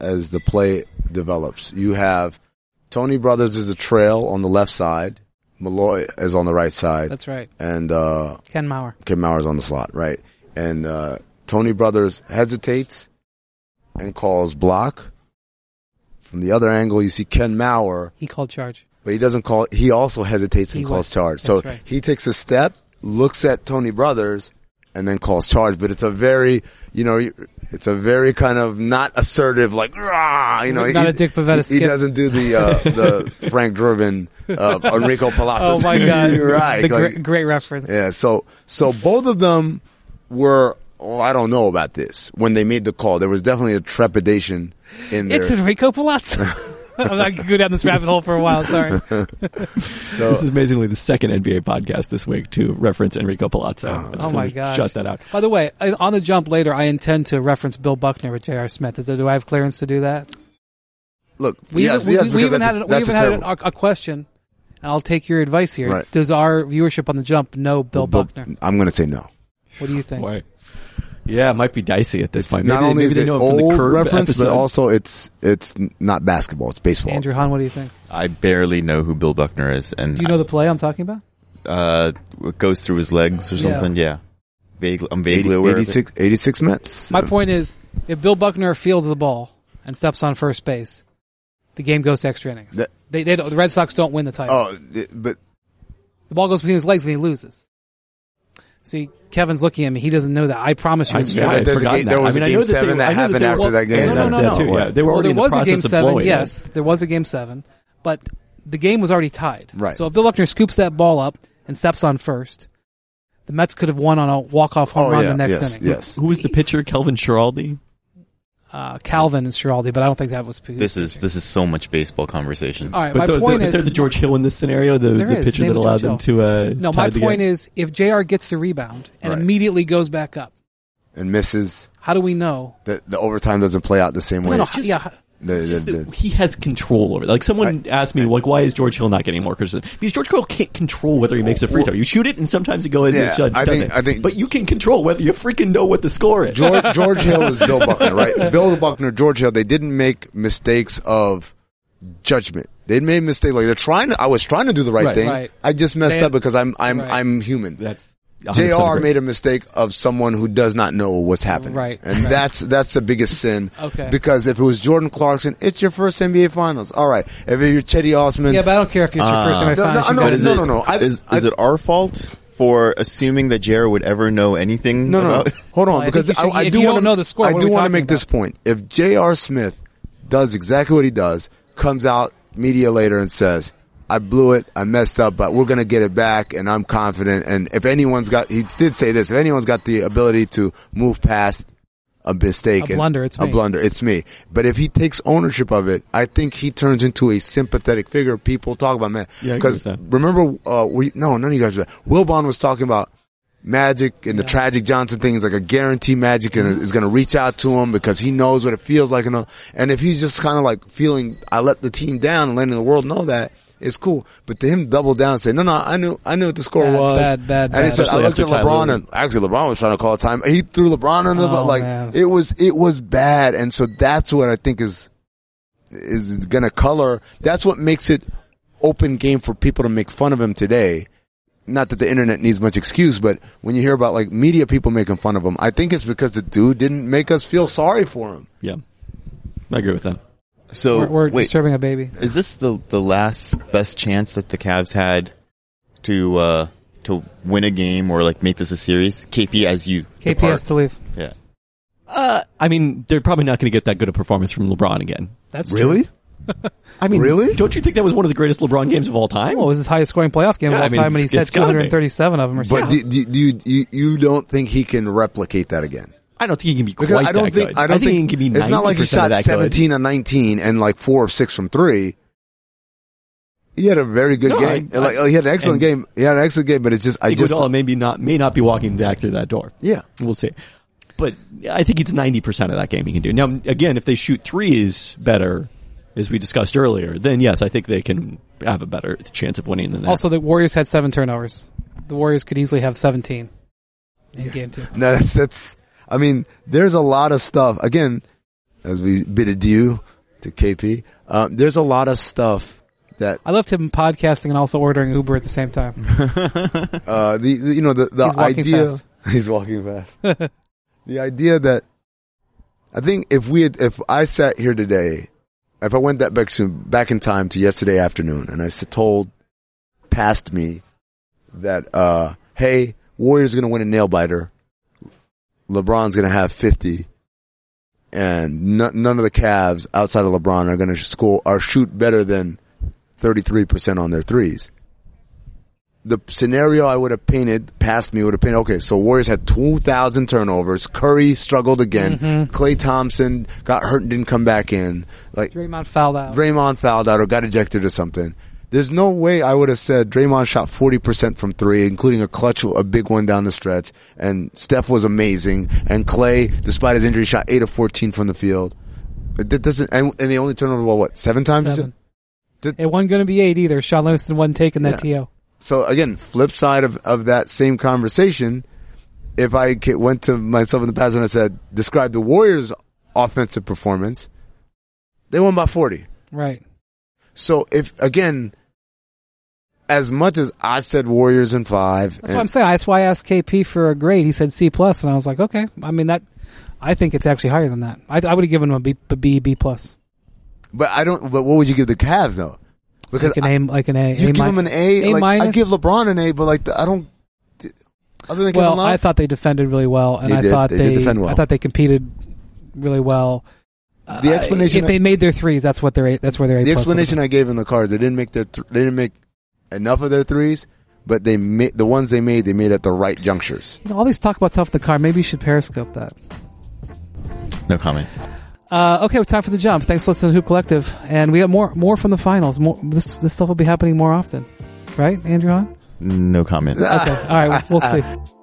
[SPEAKER 3] as the play develops. You have Tony Brothers is a trail on the left side, Malloy is on the right side,
[SPEAKER 2] That's right.
[SPEAKER 3] and uh,
[SPEAKER 2] Ken Maurer.
[SPEAKER 3] Kim Mauer's on the slot, right? And uh, Tony Brothers hesitates and calls block. From the other angle, you see Ken Mauer,
[SPEAKER 2] He called charge.
[SPEAKER 3] but he doesn't call. He also hesitates and
[SPEAKER 2] He
[SPEAKER 3] calls
[SPEAKER 2] was-
[SPEAKER 3] charge. So
[SPEAKER 2] that's right.
[SPEAKER 3] he takes a step, looks at Tony Brothers, and then calls charge. But it's a very, you know, it's a very kind of not assertive, like "Rah," you know.
[SPEAKER 2] Not
[SPEAKER 3] he,
[SPEAKER 2] a Dick Pavetta
[SPEAKER 3] he, he
[SPEAKER 2] skip.
[SPEAKER 3] doesn't do the uh, the Frank Durbin, uh, Enrico Palacios.
[SPEAKER 2] Oh my god!
[SPEAKER 3] right?
[SPEAKER 2] The gre-
[SPEAKER 3] like-
[SPEAKER 2] great, reference.
[SPEAKER 3] yeah. So so both of them were. Oh, I don't know about this. When they made the call, there was definitely a trepidation in there.
[SPEAKER 2] It's Enrico Palazzo. I'm not gonna go down this rabbit hole for a while. Sorry.
[SPEAKER 3] so,
[SPEAKER 5] This is amazingly the second NBA podcast this week to reference Enrico Palazzo. I just
[SPEAKER 2] Oh my
[SPEAKER 5] wanna
[SPEAKER 2] gosh!
[SPEAKER 5] Shut that out.
[SPEAKER 2] By the way, I- on the jump later, I intend to reference Bill Buckner with J.R. Smith. Is there, do I have clearance to do that?
[SPEAKER 3] look,
[SPEAKER 2] We
[SPEAKER 3] yes,
[SPEAKER 2] even,
[SPEAKER 3] yes,
[SPEAKER 2] we, we
[SPEAKER 3] because
[SPEAKER 2] even
[SPEAKER 3] that's-
[SPEAKER 2] had an, we
[SPEAKER 3] that's
[SPEAKER 2] even
[SPEAKER 3] a
[SPEAKER 2] had an,
[SPEAKER 3] terrible-
[SPEAKER 2] a, a question, and I'll take your advice here.
[SPEAKER 3] Right.
[SPEAKER 2] Does our viewership on the jump know Bill
[SPEAKER 3] Bill-
[SPEAKER 2] Buckner?
[SPEAKER 3] I'm going to say no.
[SPEAKER 2] What do you think?
[SPEAKER 5] Boy. Yeah, it might be dicey at this point.
[SPEAKER 3] Not
[SPEAKER 5] Maybe they-
[SPEAKER 3] only
[SPEAKER 5] maybe
[SPEAKER 3] is
[SPEAKER 5] they
[SPEAKER 3] it
[SPEAKER 5] know him from
[SPEAKER 3] old
[SPEAKER 5] the curb
[SPEAKER 3] reference,
[SPEAKER 5] episode.
[SPEAKER 3] but also it's it's n- not basketball; it's baseball.
[SPEAKER 2] Andrew Hahn, what do you think?
[SPEAKER 4] I barely know who Bill Buckner is, and
[SPEAKER 2] Do you know the play I'm talking about?
[SPEAKER 4] uh, it goes through his legs or
[SPEAKER 2] Yeah.
[SPEAKER 4] something. Yeah, vaguely, I'm vaguely
[SPEAKER 3] 80,
[SPEAKER 4] aware. of it.
[SPEAKER 3] 86, 86 Mets.
[SPEAKER 2] My point is, if Bill Buckner fields the ball and steps on first base, the game goes to extra innings.
[SPEAKER 3] That-
[SPEAKER 2] they, they don't, the Red Sox don't win the title.
[SPEAKER 3] Oh, th- but
[SPEAKER 2] The ball goes between his legs and he loses. See, Kevin's looking at me. He doesn't know that. I promise you,
[SPEAKER 5] I-
[SPEAKER 2] it's
[SPEAKER 5] yeah,
[SPEAKER 2] true.
[SPEAKER 5] I had
[SPEAKER 3] There's a
[SPEAKER 5] forgotten
[SPEAKER 3] game- there
[SPEAKER 5] that.
[SPEAKER 3] was
[SPEAKER 5] I mean,
[SPEAKER 3] a
[SPEAKER 5] I
[SPEAKER 3] game
[SPEAKER 5] know that
[SPEAKER 3] seven
[SPEAKER 5] they-
[SPEAKER 3] that
[SPEAKER 5] I know
[SPEAKER 3] happened
[SPEAKER 5] they were-
[SPEAKER 3] after that game.
[SPEAKER 5] No, no, no,
[SPEAKER 2] That
[SPEAKER 5] no.
[SPEAKER 2] too,
[SPEAKER 5] yeah. They were
[SPEAKER 2] well,
[SPEAKER 5] already
[SPEAKER 2] there was
[SPEAKER 5] in
[SPEAKER 2] a
[SPEAKER 5] the
[SPEAKER 2] game
[SPEAKER 5] process of
[SPEAKER 2] seven,
[SPEAKER 5] blowing it.
[SPEAKER 2] yes, there was a game seven, but the game was already tied.
[SPEAKER 3] Right.
[SPEAKER 2] So if Bill Buckner scoops that ball up and steps on first, the Mets could have won on a walk-off home
[SPEAKER 3] oh
[SPEAKER 2] run
[SPEAKER 3] yeah,
[SPEAKER 2] the next
[SPEAKER 3] yes,
[SPEAKER 2] inning.
[SPEAKER 3] yes.
[SPEAKER 5] Who was the pitcher? Kelvin Schiraldi?
[SPEAKER 2] Uh, Calvin and Schiraldi, but I don't think that was.
[SPEAKER 4] This is this is so much baseball conversation.
[SPEAKER 2] all right.
[SPEAKER 5] But
[SPEAKER 2] my
[SPEAKER 5] the, the,
[SPEAKER 2] point
[SPEAKER 5] but
[SPEAKER 2] is,
[SPEAKER 5] they're the George Hill in this scenario, the,
[SPEAKER 2] There
[SPEAKER 5] the
[SPEAKER 2] is.
[SPEAKER 5] pitcher
[SPEAKER 2] Name
[SPEAKER 5] that
[SPEAKER 2] is
[SPEAKER 5] allowed them
[SPEAKER 2] George
[SPEAKER 5] to. Uh,
[SPEAKER 2] no.
[SPEAKER 5] tie
[SPEAKER 2] My
[SPEAKER 5] the
[SPEAKER 2] point
[SPEAKER 5] game.
[SPEAKER 2] is, if Jr. gets the rebound and
[SPEAKER 3] Right.
[SPEAKER 2] immediately goes back up,
[SPEAKER 3] And misses.
[SPEAKER 2] how do we know?
[SPEAKER 3] The, the overtime doesn't play out the same
[SPEAKER 2] No,
[SPEAKER 3] way.
[SPEAKER 2] no,
[SPEAKER 3] It's
[SPEAKER 2] h- yeah,
[SPEAKER 3] the- the-
[SPEAKER 5] Just
[SPEAKER 3] the-
[SPEAKER 5] that he has control over it. Like someone asked me, like, why is George Hill not getting more criticism? Because George Hill can't control whether he makes a free
[SPEAKER 3] Well-
[SPEAKER 5] throw. You shoot it, and sometimes it goes.
[SPEAKER 3] Yeah,
[SPEAKER 5] Yeah,
[SPEAKER 3] I think- I think-
[SPEAKER 5] But you can control whether you freaking know what the score is.
[SPEAKER 3] George, George Hill is Bill Buckner, right? Bill Buckner, George Hill. They didn't make mistakes of judgment. They made mistakes. Like they're trying to. I was trying to do the right,
[SPEAKER 5] Right.
[SPEAKER 3] thing.
[SPEAKER 2] Right.
[SPEAKER 3] I just messed
[SPEAKER 2] They-
[SPEAKER 3] up because I'm I'm
[SPEAKER 2] Right.
[SPEAKER 3] I'm human.
[SPEAKER 5] That's
[SPEAKER 3] Jr. made a mistake of someone who does not know what's happening,
[SPEAKER 2] Right,
[SPEAKER 3] And
[SPEAKER 2] right.
[SPEAKER 3] that's that's the biggest sin.
[SPEAKER 2] Okay.
[SPEAKER 3] Because if it was Jordan Clarkson, it's your first NBA Finals. All right. If you're Chetty Osman,
[SPEAKER 2] yeah, but I don't care if it's your first time. I
[SPEAKER 3] No,
[SPEAKER 2] find
[SPEAKER 3] no,
[SPEAKER 2] it should
[SPEAKER 3] no,
[SPEAKER 2] go
[SPEAKER 4] But
[SPEAKER 2] to
[SPEAKER 4] is
[SPEAKER 2] the-
[SPEAKER 4] it,
[SPEAKER 3] no, no. I-
[SPEAKER 4] is, is
[SPEAKER 3] I-
[SPEAKER 4] it our fault for assuming that Jared would ever know anything?
[SPEAKER 3] no, no,
[SPEAKER 4] about-
[SPEAKER 3] no. Hold on,
[SPEAKER 2] Well, I
[SPEAKER 3] because
[SPEAKER 2] think
[SPEAKER 3] I,
[SPEAKER 2] you should-
[SPEAKER 3] I
[SPEAKER 2] if
[SPEAKER 3] do
[SPEAKER 2] you
[SPEAKER 3] want to
[SPEAKER 2] don't know the score,
[SPEAKER 3] I
[SPEAKER 2] what
[SPEAKER 3] do
[SPEAKER 2] are we
[SPEAKER 3] want to
[SPEAKER 2] talking
[SPEAKER 3] make this
[SPEAKER 2] about?
[SPEAKER 3] point. If J.R. Smith does exactly what he does, comes out media later and says, "I blew it, I messed up, but we're going to get it back, and I'm confident." And if anyone's got, he did say this: if anyone's got the ability to move past a mistake,
[SPEAKER 2] A
[SPEAKER 3] and-
[SPEAKER 2] blunder, it's
[SPEAKER 3] a
[SPEAKER 2] me.
[SPEAKER 3] blunder, it's me. But if he takes ownership of it, I think he turns into a sympathetic figure. People talk about man,
[SPEAKER 5] Yeah, I agree with
[SPEAKER 3] because
[SPEAKER 5] that.
[SPEAKER 3] remember, uh, we no, none of you guys. Were, Wilbon was talking about. Magic and the Tragic Johnson thing is like a guarantee Magic and is going to reach out to him because he knows what it feels like. And, all- and if he's just kind of like feeling, I let the team down and letting the world know that, it's cool. But to him double down and say, no, no, I knew, I knew what the score
[SPEAKER 2] Bad,
[SPEAKER 3] was.
[SPEAKER 2] bad, bad,
[SPEAKER 3] And he
[SPEAKER 2] bad.
[SPEAKER 3] said, I
[SPEAKER 5] Especially
[SPEAKER 3] looked at
[SPEAKER 5] after Ty
[SPEAKER 3] LeBron
[SPEAKER 5] Lue.
[SPEAKER 3] and actually LeBron was trying to call a time. He threw LeBron under the,
[SPEAKER 2] Oh,
[SPEAKER 3] but like
[SPEAKER 2] man.
[SPEAKER 3] it was, it was bad. And so that's what I think is, is going to color. That's what makes it open game for people to make fun of him today. Not that the internet needs much excuse, but when you hear about like media people making fun of him, I think it's because the dude didn't make us feel sorry for him.
[SPEAKER 5] Yeah, I agree with that.
[SPEAKER 4] So
[SPEAKER 2] We're, we're
[SPEAKER 4] wait,
[SPEAKER 2] disturbing a baby.
[SPEAKER 4] is this the the last best chance that the Cavs had to uh, to win a game or like make this a series? KP as you
[SPEAKER 2] KP
[SPEAKER 4] depart.
[SPEAKER 2] has to leave.
[SPEAKER 4] yeah.
[SPEAKER 5] Uh, I mean, they're probably not going to get that good a performance from LeBron again.
[SPEAKER 2] That's true.
[SPEAKER 3] Really?
[SPEAKER 5] I mean,
[SPEAKER 3] Really?
[SPEAKER 5] Don't you think that was one of the greatest LeBron games of all time?
[SPEAKER 2] Well, Oh, it was his highest scoring playoff game
[SPEAKER 5] Yeah,
[SPEAKER 2] of all
[SPEAKER 5] I mean,
[SPEAKER 2] time, and
[SPEAKER 5] it's-
[SPEAKER 2] he's had
[SPEAKER 5] it's gotta be.
[SPEAKER 2] 237 of them or something.
[SPEAKER 3] But do, do, do you, you you don't think he can replicate that again?
[SPEAKER 5] I don't think he can be quite
[SPEAKER 3] Because I don't
[SPEAKER 5] that
[SPEAKER 3] think
[SPEAKER 5] good.
[SPEAKER 3] I don't
[SPEAKER 5] think, he can be.
[SPEAKER 3] it's not like he
[SPEAKER 5] 90% of
[SPEAKER 3] shot
[SPEAKER 5] that good.
[SPEAKER 3] seventeen on nineteen and like four of six from three. He had a very good
[SPEAKER 5] No,
[SPEAKER 3] game.
[SPEAKER 5] I-
[SPEAKER 3] like, he had an excellent game. He had an excellent game, but it's just I just
[SPEAKER 5] Iguodala "Oh, maybe not may not be walking back through that door.
[SPEAKER 3] yeah.
[SPEAKER 5] We'll see. But I think it's ninety percent of that game he can do. Now, again, if they shoot threes better, as we discussed earlier, then yes, I think they can have a better chance of winning than that.
[SPEAKER 2] Also, the Warriors had seven turnovers. The Warriors could easily have 17 in game two.
[SPEAKER 3] No, that's that's. I mean, there's a lot of stuff. Again, as we bid adieu to KP, um, there's a lot of stuff that
[SPEAKER 2] I left him podcasting and also ordering Uber at the same time.
[SPEAKER 3] uh, the, the- you know the the
[SPEAKER 2] He's walking
[SPEAKER 3] idea
[SPEAKER 2] fast.
[SPEAKER 3] he's walking fast. the idea that I think if we had, if I sat here today, if I went that back to, back in time to yesterday afternoon, and I s- told past me that uh, hey, Warriors going to win a nail biter, LeBron's going to have fifty. And no, none of the Cavs outside of LeBron are going to score or shoot better than 33% on their threes the scenario I would have painted past me would have painted, okay, so Warriors had 2,000 turnovers. Curry struggled again. Clay Thompson got hurt and didn't come back in. Like,
[SPEAKER 2] Draymond fouled out.
[SPEAKER 3] Draymond fouled out or got ejected or something. There's no way I would have said Draymond shot 40% from three, including a clutch, a big one down the stretch. And Steph was amazing. And Clay, despite his injury, shot 8 of 14 from the field. But That doesn't, and, and they only turned over the ball, what, seven times?
[SPEAKER 2] Seven.
[SPEAKER 3] Did-
[SPEAKER 2] It wasn't going to be eight either. Sean Livingston wasn't taking that
[SPEAKER 3] Yeah.
[SPEAKER 2] TO.
[SPEAKER 3] So again, flip side of, of that same conversation, if I ca- went to myself in the past and I said, describe the Warriors' offensive performance, they won by 40.
[SPEAKER 2] Right.
[SPEAKER 3] So if, again, as much as I said Warriors in five,
[SPEAKER 2] That's
[SPEAKER 3] and-
[SPEAKER 2] what I'm saying. That's why I asked KP for a grade. He said C plus, and I was like, okay. I mean that. I think it's actually higher than that. I, I would have given him a B, a B, B plus,
[SPEAKER 3] but I don't, but what would you give the Cavs though? Because
[SPEAKER 2] like an A, like an A.
[SPEAKER 3] I- you
[SPEAKER 2] a
[SPEAKER 3] give
[SPEAKER 2] mi-
[SPEAKER 3] them an A,
[SPEAKER 2] A
[SPEAKER 3] like, I
[SPEAKER 2] minus?
[SPEAKER 3] give LeBron an A, but like, the, I don't, other than Kevin
[SPEAKER 2] Well,
[SPEAKER 3] Love,
[SPEAKER 2] I thought they defended really well, and
[SPEAKER 3] They
[SPEAKER 2] I
[SPEAKER 3] did.
[SPEAKER 2] thought
[SPEAKER 3] They
[SPEAKER 2] they,
[SPEAKER 3] did defend well.
[SPEAKER 2] I thought they competed really well. Uh,
[SPEAKER 3] The explanation
[SPEAKER 2] if
[SPEAKER 3] that-
[SPEAKER 2] they made their threes, that's what their eight, that's where their eight.
[SPEAKER 3] the
[SPEAKER 2] plus would've
[SPEAKER 3] explanation I gave in the cards, they didn't make their th- they didn't make enough of their threes, but they made the ones they made they made at the right junctures.
[SPEAKER 2] been. You know, all these talk about stuff in the car. Maybe you should periscope that.
[SPEAKER 4] No comment.
[SPEAKER 2] Uh, okay, it's time for the jump. Thanks for listening to Hoop Collective, and we got more more from the finals. More this this stuff will be happening more often, right, Andrew? Hahn?
[SPEAKER 4] No comment.
[SPEAKER 2] Okay, all right, we'll see.